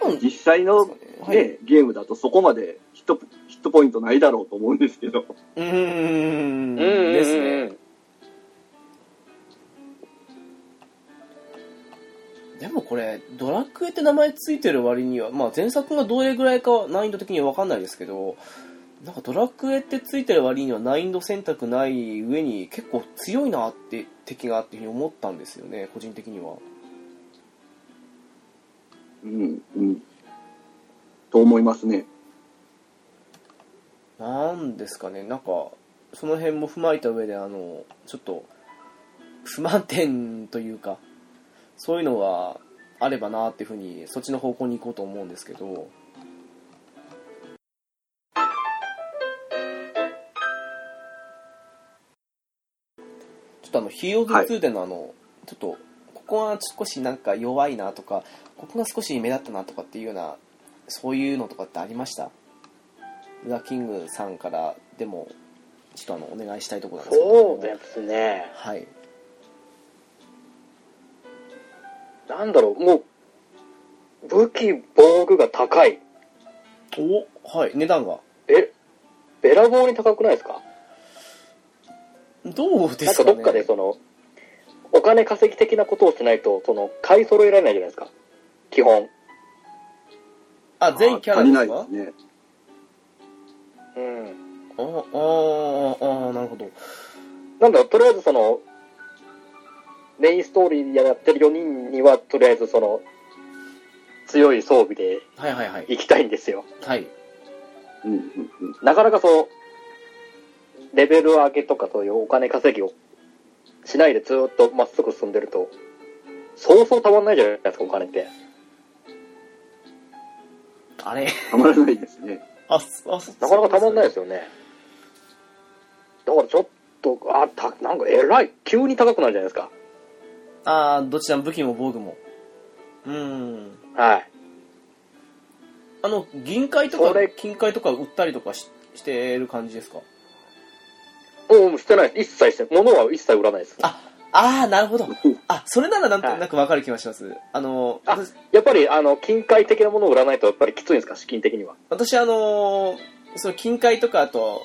分実際の、ねはい、ゲームだとそこまでヒットヒットポイントないだろうと思うんですけど。うーんー。うんうんうんうん。ですねでもこれドラクエって名前ついてる割には、まあ、前作がどれぐらいかは難易度的には分かんないですけどなんかドラクエってついてる割には難易度選択ない上に結構強いなって敵がっていうふうに思ったんですよね個人的にはうん、うん。と思いますね。なんですかね、なんか、その辺も踏まえた上で、あの、ちょっと、不満点というか、そういうのがあればなっていうふうに、そっちの方向に行こうと思うんですけど、ちょっとあの、ヒーローズ2でのあの、ちょっと、ここは少しなんか弱いなとか、ここが少し目立ったなとかっていうような、そういうのとかってありましたウラキングさんからでもちょっとあのお願いしたいところなんですけどそうですね。はいなんだろう、もう、武器、防具が高い。おはい値段がえ、べらぼうに高くないですかどうでなんすかかねどっかでその、お金稼ぎ的なことをしないと、その、買い揃えられないじゃないですか。基本。あ全キャラあ足でりなすいでかすね。うん。ああああなるほどなんだろう、とりあえずその、メインストーリーやってる4人には、とりあえずその、強い装備ではいはいはい行きたいんですよ。はいうん、うん、うん。なかなかその、レベル上げとかそういうお金稼ぎをしないでずーっとまっすぐ進んでると、そうそうたまんないじゃないですか、お金って。あれたまらないです ね。あそあそなかなかたまんないですすよね。だからちょっと、あ、た、なんか偉い。急に高くなるじゃないですか。ああどちらも武器も防具もうーんはい。あの銀塊とかそれ金塊とか売ったりとかししてる感じですかうんうん、してないです。一切してない。物は一切売らないです。あああなるほどあそれならなんとはいなくわかる気がしますあのあやっぱり、あの、金塊的なものを売らないと、やっぱりきついんですか、資金的には。私あのーその金塊とかあと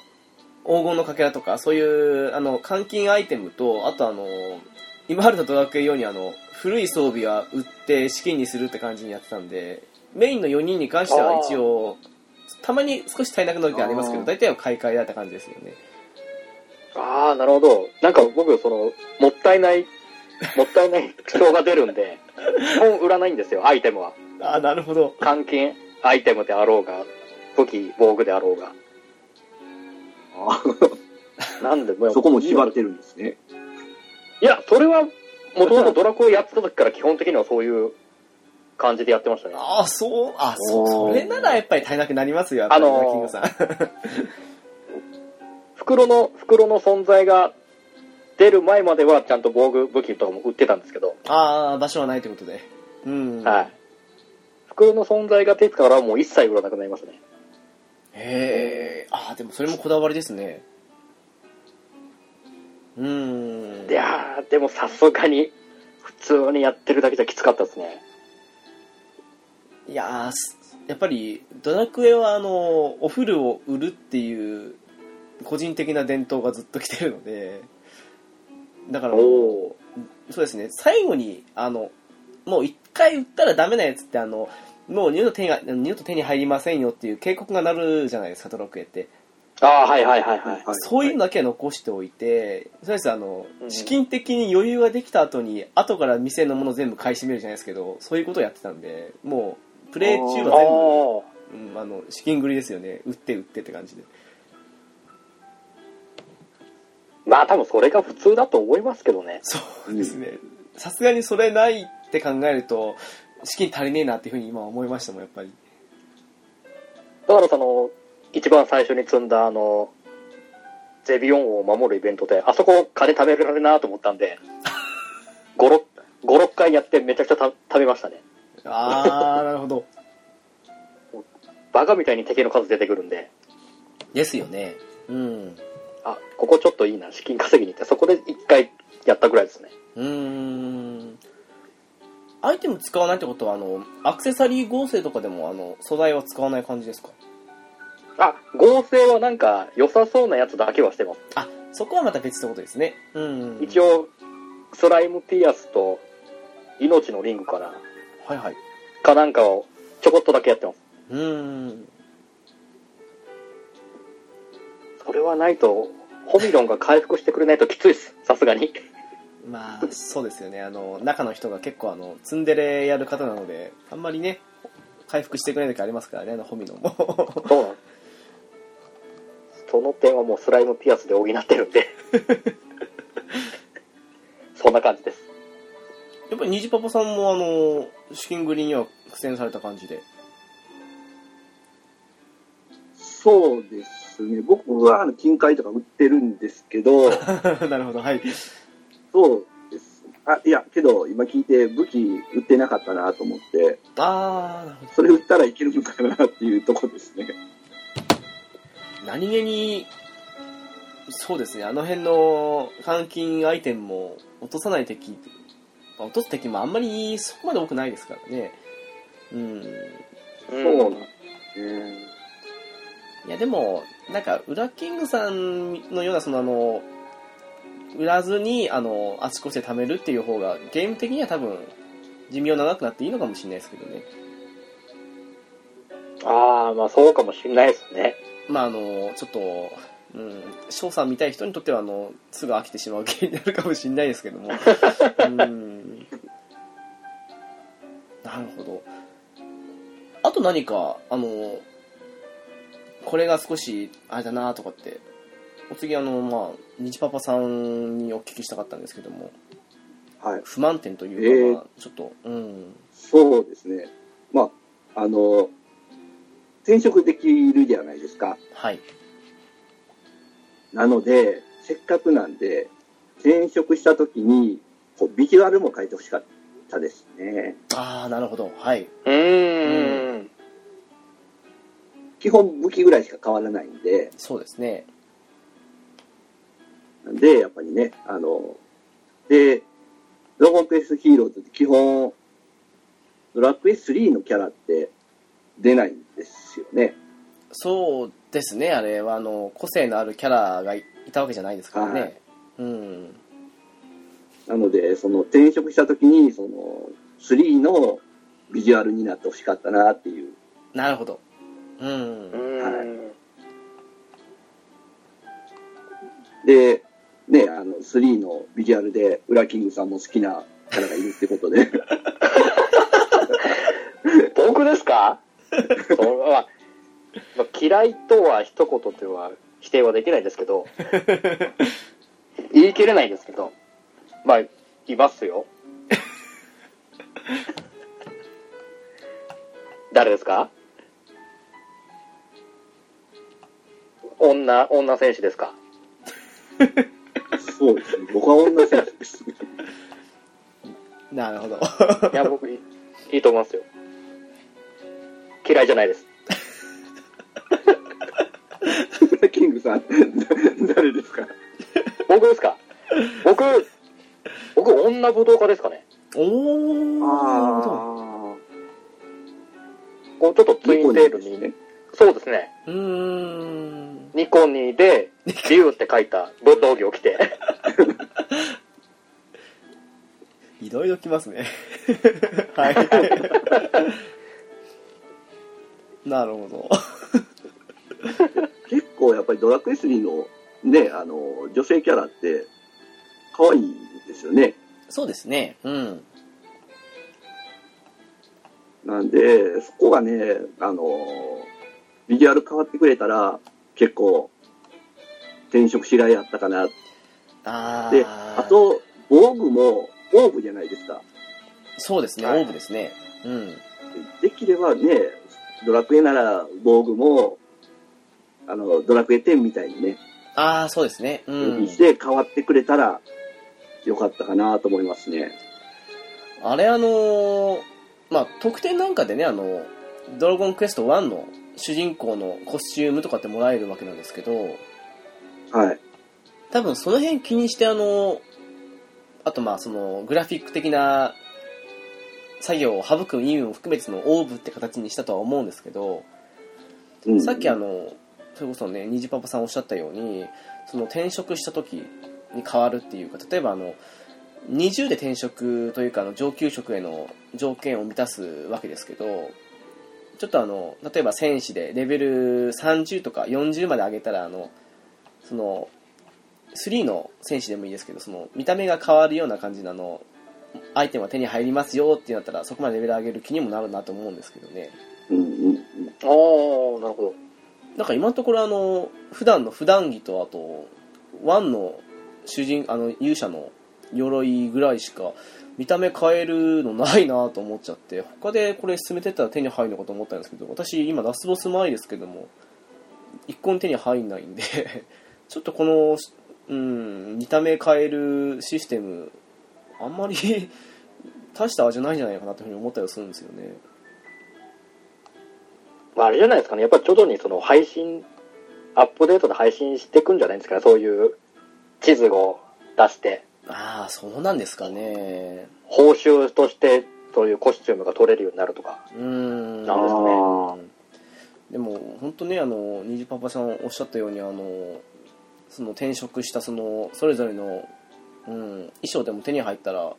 黄金のかけらとかそういうあの換金アイテムとあとあのー今あるのドラクエようにあの古い装備は売って資金にするって感じにやってたんでメインの4人に関しては一応たまに少し足りなくなる時はありますけどあー大体は買い替えだった感じですよねああ、なるほど。なんか僕、その、もったいない、もったいない票が出るんで、本売らないんですよ、アイテムは。ああなるほど換金アイテムであろうが、武器、防具であろうが。あなんで、もあ、うそこも縛ってるんですね。いや、それは、もともとドラクエやってた時から基本的にはそういう感じでやってましたね。ああそうあそおそーれならやっぱり足りなくなりますよやっぱりあのーラキングさん 袋の、袋の存在が出る前まではちゃんと防具、武器とかも売ってたんですけど、ああ場所はないということでうんはい。袋の存在が出てからはもう一切売らなくなりましたね。へえ、ああ、でもそれもこだわりですね。うーん。いやー、でもさすがに、普通にやってるだけじゃきつかったですね。いやーすやっぱりドラクエはあの、お古を売るっていう個人的な伝統がずっと来てるので、だからもうおそうですね、最後に、あの、もう一回売ったらダメなやつって、あの、もう二度と手が、二度と手に入りませんよっていう警告がなるじゃないですか、ドラクエって。ああ、はいはいはいはい。そういうのだけは残しておいて、そうですあの、うん資金的に余裕ができた後に、後から店のもの全部買い占めるじゃないですけど、そういうことをやってたんで、もう、プレイ中ああはー、全部、うん、あの、資金繰りですよね。売って売ってって感じで。まあ多分それが普通だと思いますけどね。そうですね。さすがにそれないって考えると、資金足りねえなっていうふうに今思いましたもん、やっぱり。だからその、一番最初に積んだあの、ゼビオン王を守るイベントで、あそこ金貯められるなと思った んで、5、6、5、6回やってめちゃくちゃた貯めましたね。あー、なるほど。バカみたいに敵の数出てくるんで、 ですよね。うん。あ、ここちょっといいな、資金稼ぎに行って、そこで1回やったぐらいですね。うーんアイテム使わないってことはあのアクセサリー合成とかでもあの素材は使わない感じですかあ、合成はなんか良さそうなやつだけはしてます。あそこはまた別ってことですねうん一応、スライムピアスと、命のリングかな、はいはいかなんかをちょこっとだけやってます。うーんそれはないと、ホミロンが回復してくれないときついです。さすがに。まあそうですよねあの中の人が結構あのツンデレやる方なのであんまりね回復してくれる時ありますからねあのホミノンもそうなんその点はもうスライムピアスで補ってるんで そんな感じです やっぱり虹パパさんもあの資金繰りには苦戦された感じでそうですね。僕はあの金塊とか売ってるんですけど、 なるほど、はい。そうです。あ、いや、けど今聞いて武器売ってなかったなと思って、あー、なるほそれ売ったらいけるのかなっていうとこですね。ど。何気に、そうですね、あの辺の換金アイテムも落とさない敵、まあ落とす敵もあんまりそこまで多くないですからね。うん。そうなんですね。いや、でも、なんか、ウラキングさんのような、そのあの、売らずに、あの、あちこちで貯めるっていう方が、ゲーム的には多分、寿命長くなっていいのかもしれないですけどね。ああまあそうかもしんないですねまああのちょっと、うん、翔さん見たい人にとってはあのすぐ飽きてしまう気になるかもしれないですけども、うん、なるほど。あと何かあのこれが少しあれだなとかって、お次あのまあ日パパさんにお聞きしたかったんですけども、はい。不満点というか、まあえちょっと、うん、そうですね。まあ、あの、転職できるじゃないですか。はい、なので、せっかくなんで、転職した時に、こうビジュアルも変えてほしかったですね。ああなるほど、はい、うーん基本武器ぐらいしか変わらないんで、そうですね、なんで、やっぱりね、あの、で、ドラゴンクエストヒーローズって基本、ドラクエ3のキャラって出ないんですよね。そうですね、あれはあの個性のあるキャラがいたわけじゃないですからね。はいうん。なので、その転職した時に、その3のビジュアルになってほしかったなっていう。なるほど。うん。うーんで、ね、あの、3のビジュアルで、ウラキングさんも好きなキャラがいるってことで、僕ですかそうまあまあ嫌いとは一言では否定はできないですけど言い切れないですけどまあいますよ誰ですか女女選手ですかそうですね。僕は女選手ですね。なるほ ど。いや僕いいいいと思いますよ嫌いじゃないですウラキングさん、誰ですか僕ですか僕僕女武道家ですかねおー。なるほこうちょっとツインテーニコニコルに、ですねそうですねど。うーん。ニコニで「竜」って書いた武道着を着て いろいろ来ます ね。はい。なるほど。結構やっぱりドラクエ3のね、あの、女性キャラって、可愛いんですよね。そうですね。うん。なんで、そこがね、あの、ビジュアル変わってくれたら、結構、転職しがいあったかな。あー。で、あ、と、防具も、防具じゃないですか。そうですね、オはいーブですね。うん。できればね、ドラクエなら防具も、あの、ドラクエ10みたいにね、あー、そうですね。うん。して変わってくれたら、よかったかなと思いますね。あれあのーまあ、特典なんかでね、あの、ドラゴンクエスト1の主人公のコスチュームとかってもらえるわけなんですけど、はい。多分その辺気にしてあの、あとまあそのグラフィック的な作業を省く意味も含めてそのオーブって形にしたとは思うんですけど、うんさっきあの、それこそね、虹パパさんおっしゃったように、その転職した時に変わるっていうか、例えばあの、20で転職というかあの上級職への条件を満たすわけですけど、ちょっとあの、例えば戦士でレベル30とか40まで上げたら、あの、その、3の戦士でもいいですけど、その、見た目が変わるような感じのあの、アイテムは手に入りますよってなったら、そこまでレベル上げる気にもなるなと思うんですけどね。ううんうんああ、なるほど。なんか今のところあの普段の普段着とあとワンの主人あの勇者の鎧ぐらいしか見た目変えるのないなと思っちゃって他でこれ進めてったら手に入るのかと思ったんですけど私今ラスボス前ですけども一向に手に入んないんで ちょっとこの、うん、見た目変えるシステムあんまり大した味ないんじゃないかなというふうに思ったりするんですよねまあ、あれじゃないですかね。やっぱり徐々にその配信、アップデートで配信していくんじゃないんですかね。そういう地図を出して、ああそうなんですかね報酬としてそういうコスチュームが取れるようになるとか。うーんなるほどあでも本当ねあの虹パパさんおっしゃったようにあのその転職したそのそれぞれの、うん、衣装でも手に入ったら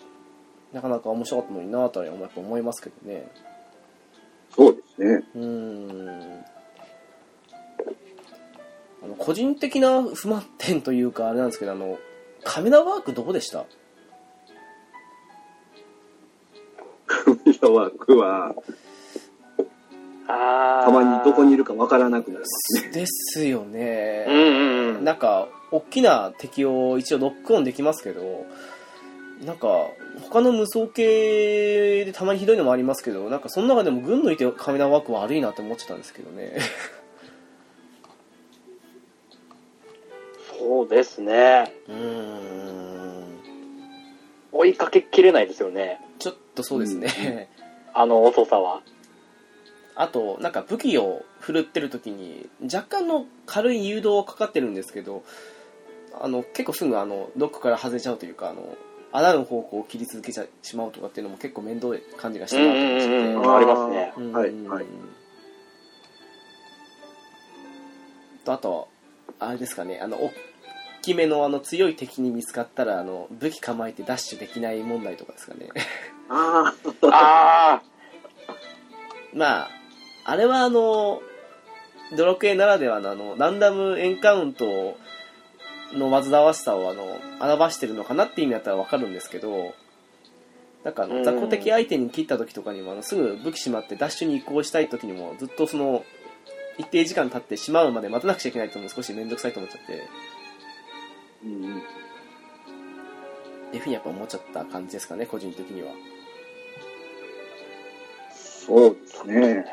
なかなか面白かったのになとはやっぱ思いますけどねそうですね。 うーんあの個人的な不満点というかあれなんですけどあのカメラワークどこでしたカメラワークは、あたまにどこにいるかわからなくなりますね。ですよねうんうんうん。なんか、大きな敵を一応ロックオンできますけど、なんか、他の無双系でたまにひどいのもありますけど、なんかその中でも群抜いてカメラワークは悪いなって思ってたんですけどね。そうですね。うーん。追いかけきれないですよね。ちょっとそうですね。あの遅さは。あと、なんか武器を振るってる時に、若干の軽い誘導かかってるんですけど、あの、結構すぐあの、ロックから外れちゃうというか、あの、穴の方向を切り続けちゃしまうとかっていうのも結構面倒い感じがしてなったりして。うんうんうんうんありますねあーはい、はい。とあとあれですかねあの大きめのあの強い敵に見つかったらあの武器構えてダッシュできない問題とかですかねあああ。まああれはあのドラクエならではのあのランダムエンカウントの煩わしさをあの表してるのかなって意味だったらわかるんですけどなんかあうのん雑魚敵相手に切った時とかにもあのすぐ武器しまってダッシュに移行したい時にもずっとその一定時間経ってしまうまで待たなくちゃいけないと思う少し面倒くさいと思っちゃってーうんうんっていうふうにやっぱ思っちゃった感じですかね個人的にはそうですね。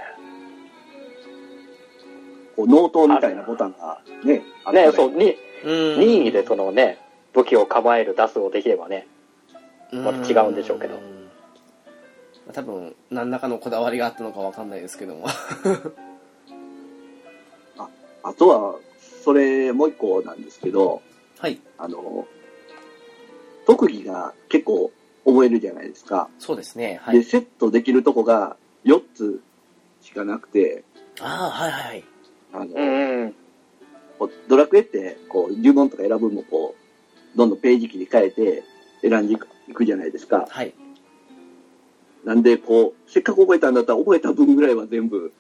こう、納刀みたいなボタンがね、あったねらそう、に、うん任意でそのね、武器を構える、出すをできればね。また違うんでしょうけどん多分何らかのこだわりがあったのかわかんないですけども あとは、それ、もう一個なんですけど、はいあの、特技が結構覚えるじゃないですか。そうですねはで、いセットできるとこが4つしかなくて、ああはいはいあの、うんうん。こうドラクエって、こう、呪文とか選ぶのもこう、どんどんページ切り替えて選んでいくいくじゃないですか。はいなんで、こう、せっかく覚えたんだったら、覚えた分ぐらいは全部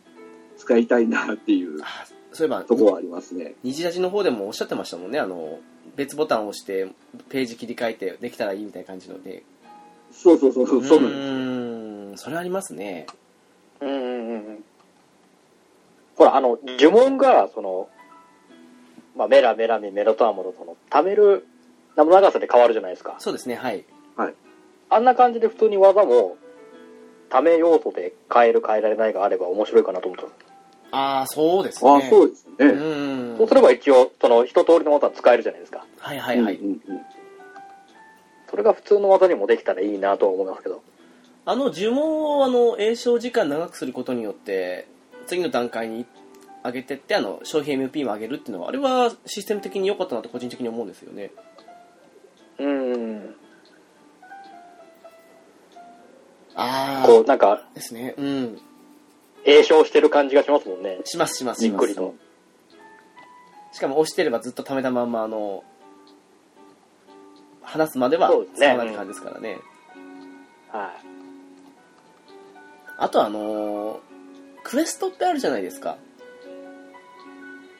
使いたいなっていうあーそういえばとこはありますね。虹立ちの方でもおっしゃってましたもんねあの別ボタンを押してページ切り替えてできたらいいみたいな感じのでそうそうそうそう、そうなんです。ーんそれありますねうんうんうんうん。ほら、あの、呪文が、その、まあ、メラメラミ、メロトアモロとの、溜める、長さで変わるじゃないですか。そうですねはいあんな感じで普通に技も、ため要素で変える変えられないがあれば面白いかなと思ったんです。ああそうですねああ、そうですうね。んそうすれば一応、その一通りの技は使えるじゃないですか。はいはいはい、うんうんうんそれが普通の技にもできたらいいなとは思いますけど。あの呪文をあの詠唱時間長くすることによって次の段階に上げてってあの消費 MP も上げるっていうのはあれはシステム的に良かったなと個人的に思うんですよねうん。あこう、なんか、ですねうん栄唱してる感じがしますもんね。しますしますじしっまくすりと。しかも押してればずっと溜めたまんまあの話すまではそうです使ねわないって感じですからねはい。あとあのークエストってあるじゃないですか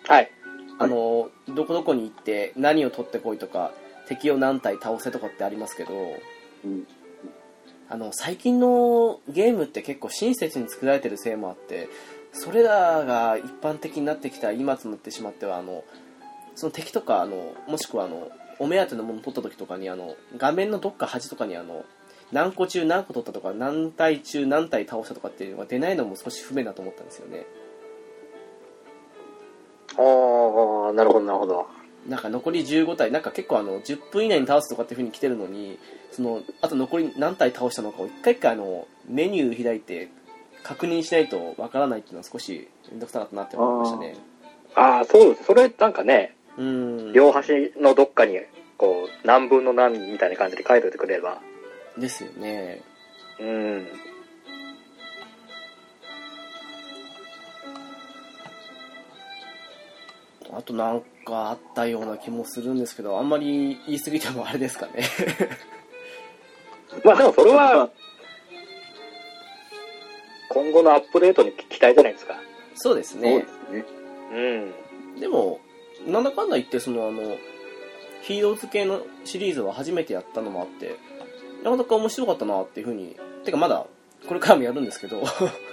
はい。あのーどこどこに行って何を取ってこいとか敵を何体倒せとかってありますけどうんあの最近のゲームって結構親切に作られてるせいもあってそれらが一般的になってきた今となってしまってはあのその敵とかあのもしくはあのお目当てのものを取った時とかにあの画面のどっか端とかにあの何個中何個取ったとか何体中何体倒したとかっていうのが出ないのも少し不便だと思ったんですよねああ、なるほど、なるほど。なんか残り15体なんか結構あの10分以内に倒すとかっていう風に来てるのにそのあと残り何体倒したのかを一回一回あのメニュー開いて確認しないとわからないっていうのは少し面倒くさかったなって思いましたねああ、そうです。それ、なんかね、うん両端のどっかに、こう、何分の何みたいな感じで書いておいてくれれば。ですよねうん。あとなんかあったような気もするんですけどあんまり言い過ぎてもあれですかね まあでもそれは、今後のアップデートに期待じゃないですか。そうですそうねですね。うん。でもなんだかんだ言ってそのあのヒーローズ系のシリーズは初めてやったのもあってなかなか面白かったなっていうふうにてかまだこれからもやるんですけど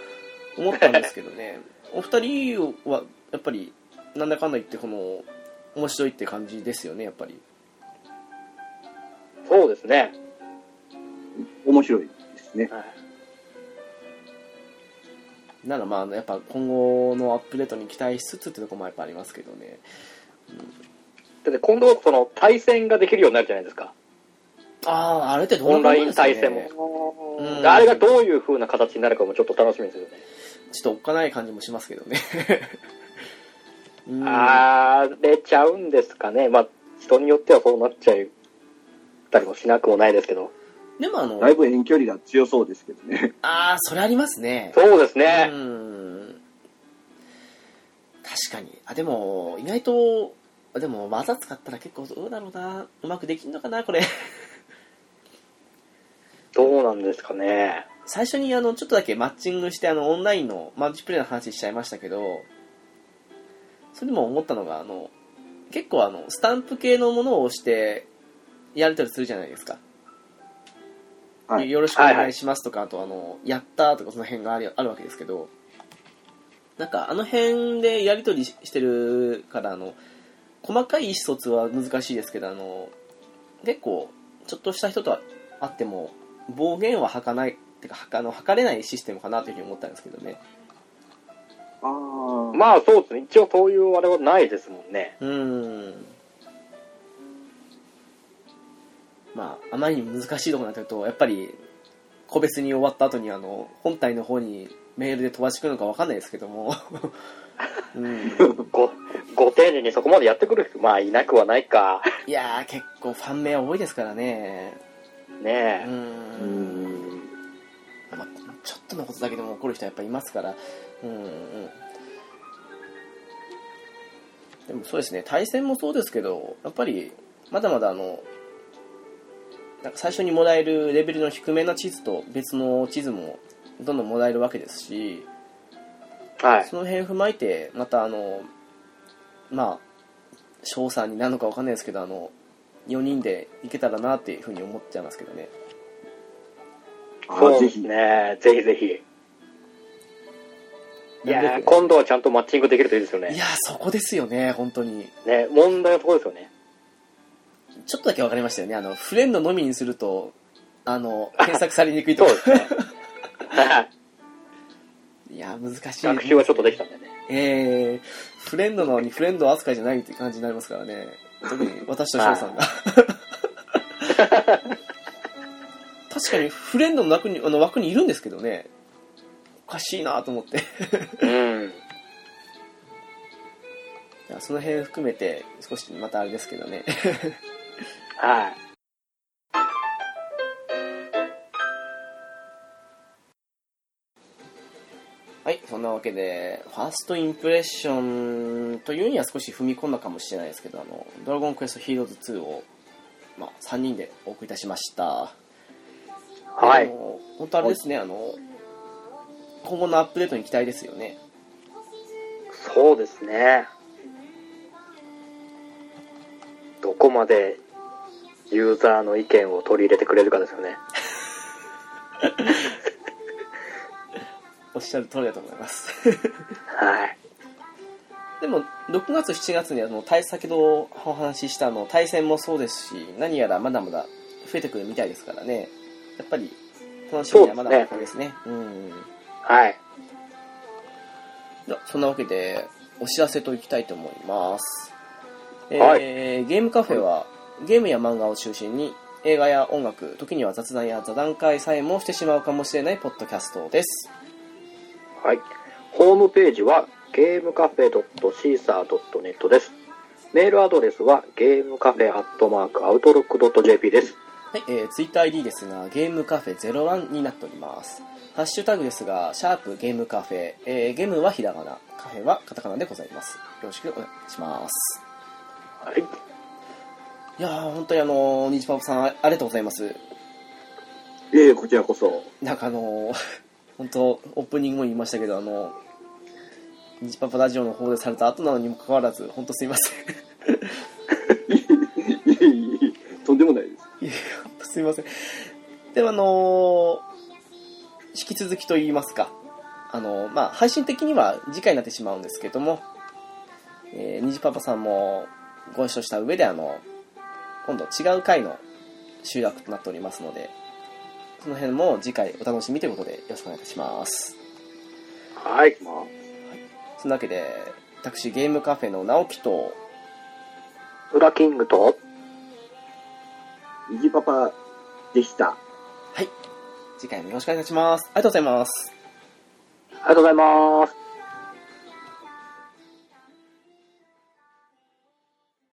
思ったんですけどねお二人はやっぱりなんだかんだ言ってこの面白いって感じですよねやっぱりそうですね。面白いですね。はいならまああのやっぱ今後のアップデートに期待しつつってとこもやっぱありますけどねだって今度はその対戦ができるようになるじゃないですか。あああれってどうなオンんなラもイんでンすかね対戦も。うんであれがどういう風な形になるかもちょっと楽しみですよね。ちょっとおっかない感じもしますけどね うんあれちゃうんですかね。まあ、人によってはそうなっちゃったりもしなくもないですけど。でもあのだいぶ遠距離が強そうですけどね。ああそれありますねそうですねう。ん確かにあでも意外とあでも技使ったら結構どうだろうなうまくできんのかなこれ どうなんですかね。最初にあのちょっとだけマッチングしてあのオンラインのマルチプレイの話しちゃいましたけどそれでも思ったのがあの結構あのスタンプ系のものを押してやり取りするじゃないですか、はいよろしくお願いしますとか、あとあのやったーとかその辺がありあるわけですけどなんかあの辺でやり取りししてるからあの細かい意思疎通は難しいですけどあの結構ちょっとした人とは会っても暴言は吐かないってか吐かあの吐かれないシステムかなというふうに思ったんですけどねああ。まあそうですね。一応そういうあれはないですもんね。うーんまああまりにも難しいところになってるとやっぱり個別に終わった後にあの本体の方にメールで飛ばしてくるのかわかんないですけども、 うん、ご、ご丁寧にそこまでやってくる人、まあいなくはない か。いやー結構ファン名多いですからねうねえ。うーんん。まあ、ちょっとのことだけでも怒る人はやっぱいますから、うんうん、でもそうですね、対戦もそうですけど、やっぱりまだまだあの、なんか最初にもらえるレベルの低めな地図と別の地図もどんどんもらえるわけですし、はい。その辺踏まえて、またあの、まあ、翔さんになるのかわかんないですけど、あの、4人で行けたらなっていうふうに思っちゃいますけどね。あそあ、うぜですひ。ね。ぜひぜひ。いなんやでー今度はちゃんとマッチングできるといいですよいね。やそこですよね、本当に。ね、問題はそこですよね。ちょっとだけ分かりましたよね。あの、フレンドのみにすると、あの、検索されにくいと そうかで。すね。はいいや、難しいですね、学習はちょっとできたんでね。ええフレンドなのにフレンド扱いじゃないって感じになりますからね。特に私と翔さんが。確かにフレンドの枠に、あの枠にいるんですけどね。おかしいなと思って。うん。いやその辺含めて、少しまたあれですけどね。はい。はい、そんなわけで、ファーストインプレッションというには少し踏み込んだかもしれないですけど、あの、ドラゴンクエストヒーローズ2を、まあ、3人でお送りいたしました。はあい。の本当あれですね、あの、今後のアップデートに期待ですよね。そうですね。どこまでユーザーの意見を取り入れてくれるかですよね。おっしゃる通りだと思います。 はい。でも、6月、7月にあの、対先ほどお話ししたあの、対戦もそうですし、何やらまだまだ増えてくるみたいですからね。やっぱり、楽しみはまだまだですね。うん。はい。ではそんなわけで、お知らせといきたいと思います。えーはいゲームカフェは、ゲームや漫画を中心に、映画や音楽、時には雑談や座談会さえもしてしまうかもしれないポッドキャストです。はい。ホームページはゲームカフェ .caesar.net です。メールアドレスはゲームカフェアットマークアウトロック .jp です。はい、えー、ツイッター ID ですが、ゲームカフェ01になっております。ハッシュタグですが、シャープゲームカフェ、えー、ゲームはひらがな、カフェはカタカナでございます。よろしくお願いします。はい。いやー、本当にあのー、ニジパパさん、ありがとうございます。ええこちらこそ。なんかあのー、本当、オープニングも言いましたけど、あのー、ニジパパラジオの方でされた後なのにもかかわらず、本当すいません。いえいえいえとんでもないです。いやすいません。では、あのー引き続きと言いますか、あのーまあ、配信的には次回になってしまうんですけども、えー、虹パパさんもご一緒した上で、あの、今度違う回の集約となっておりますので、その辺も次回お楽しみということでよろしくお願いいたします。はい。まそんなわけで、私ゲームカフェの直樹と、裏キングと、あ、にじパパでした。次回もよろしくお願いいたします。ありがとうございます。ありがとうございます。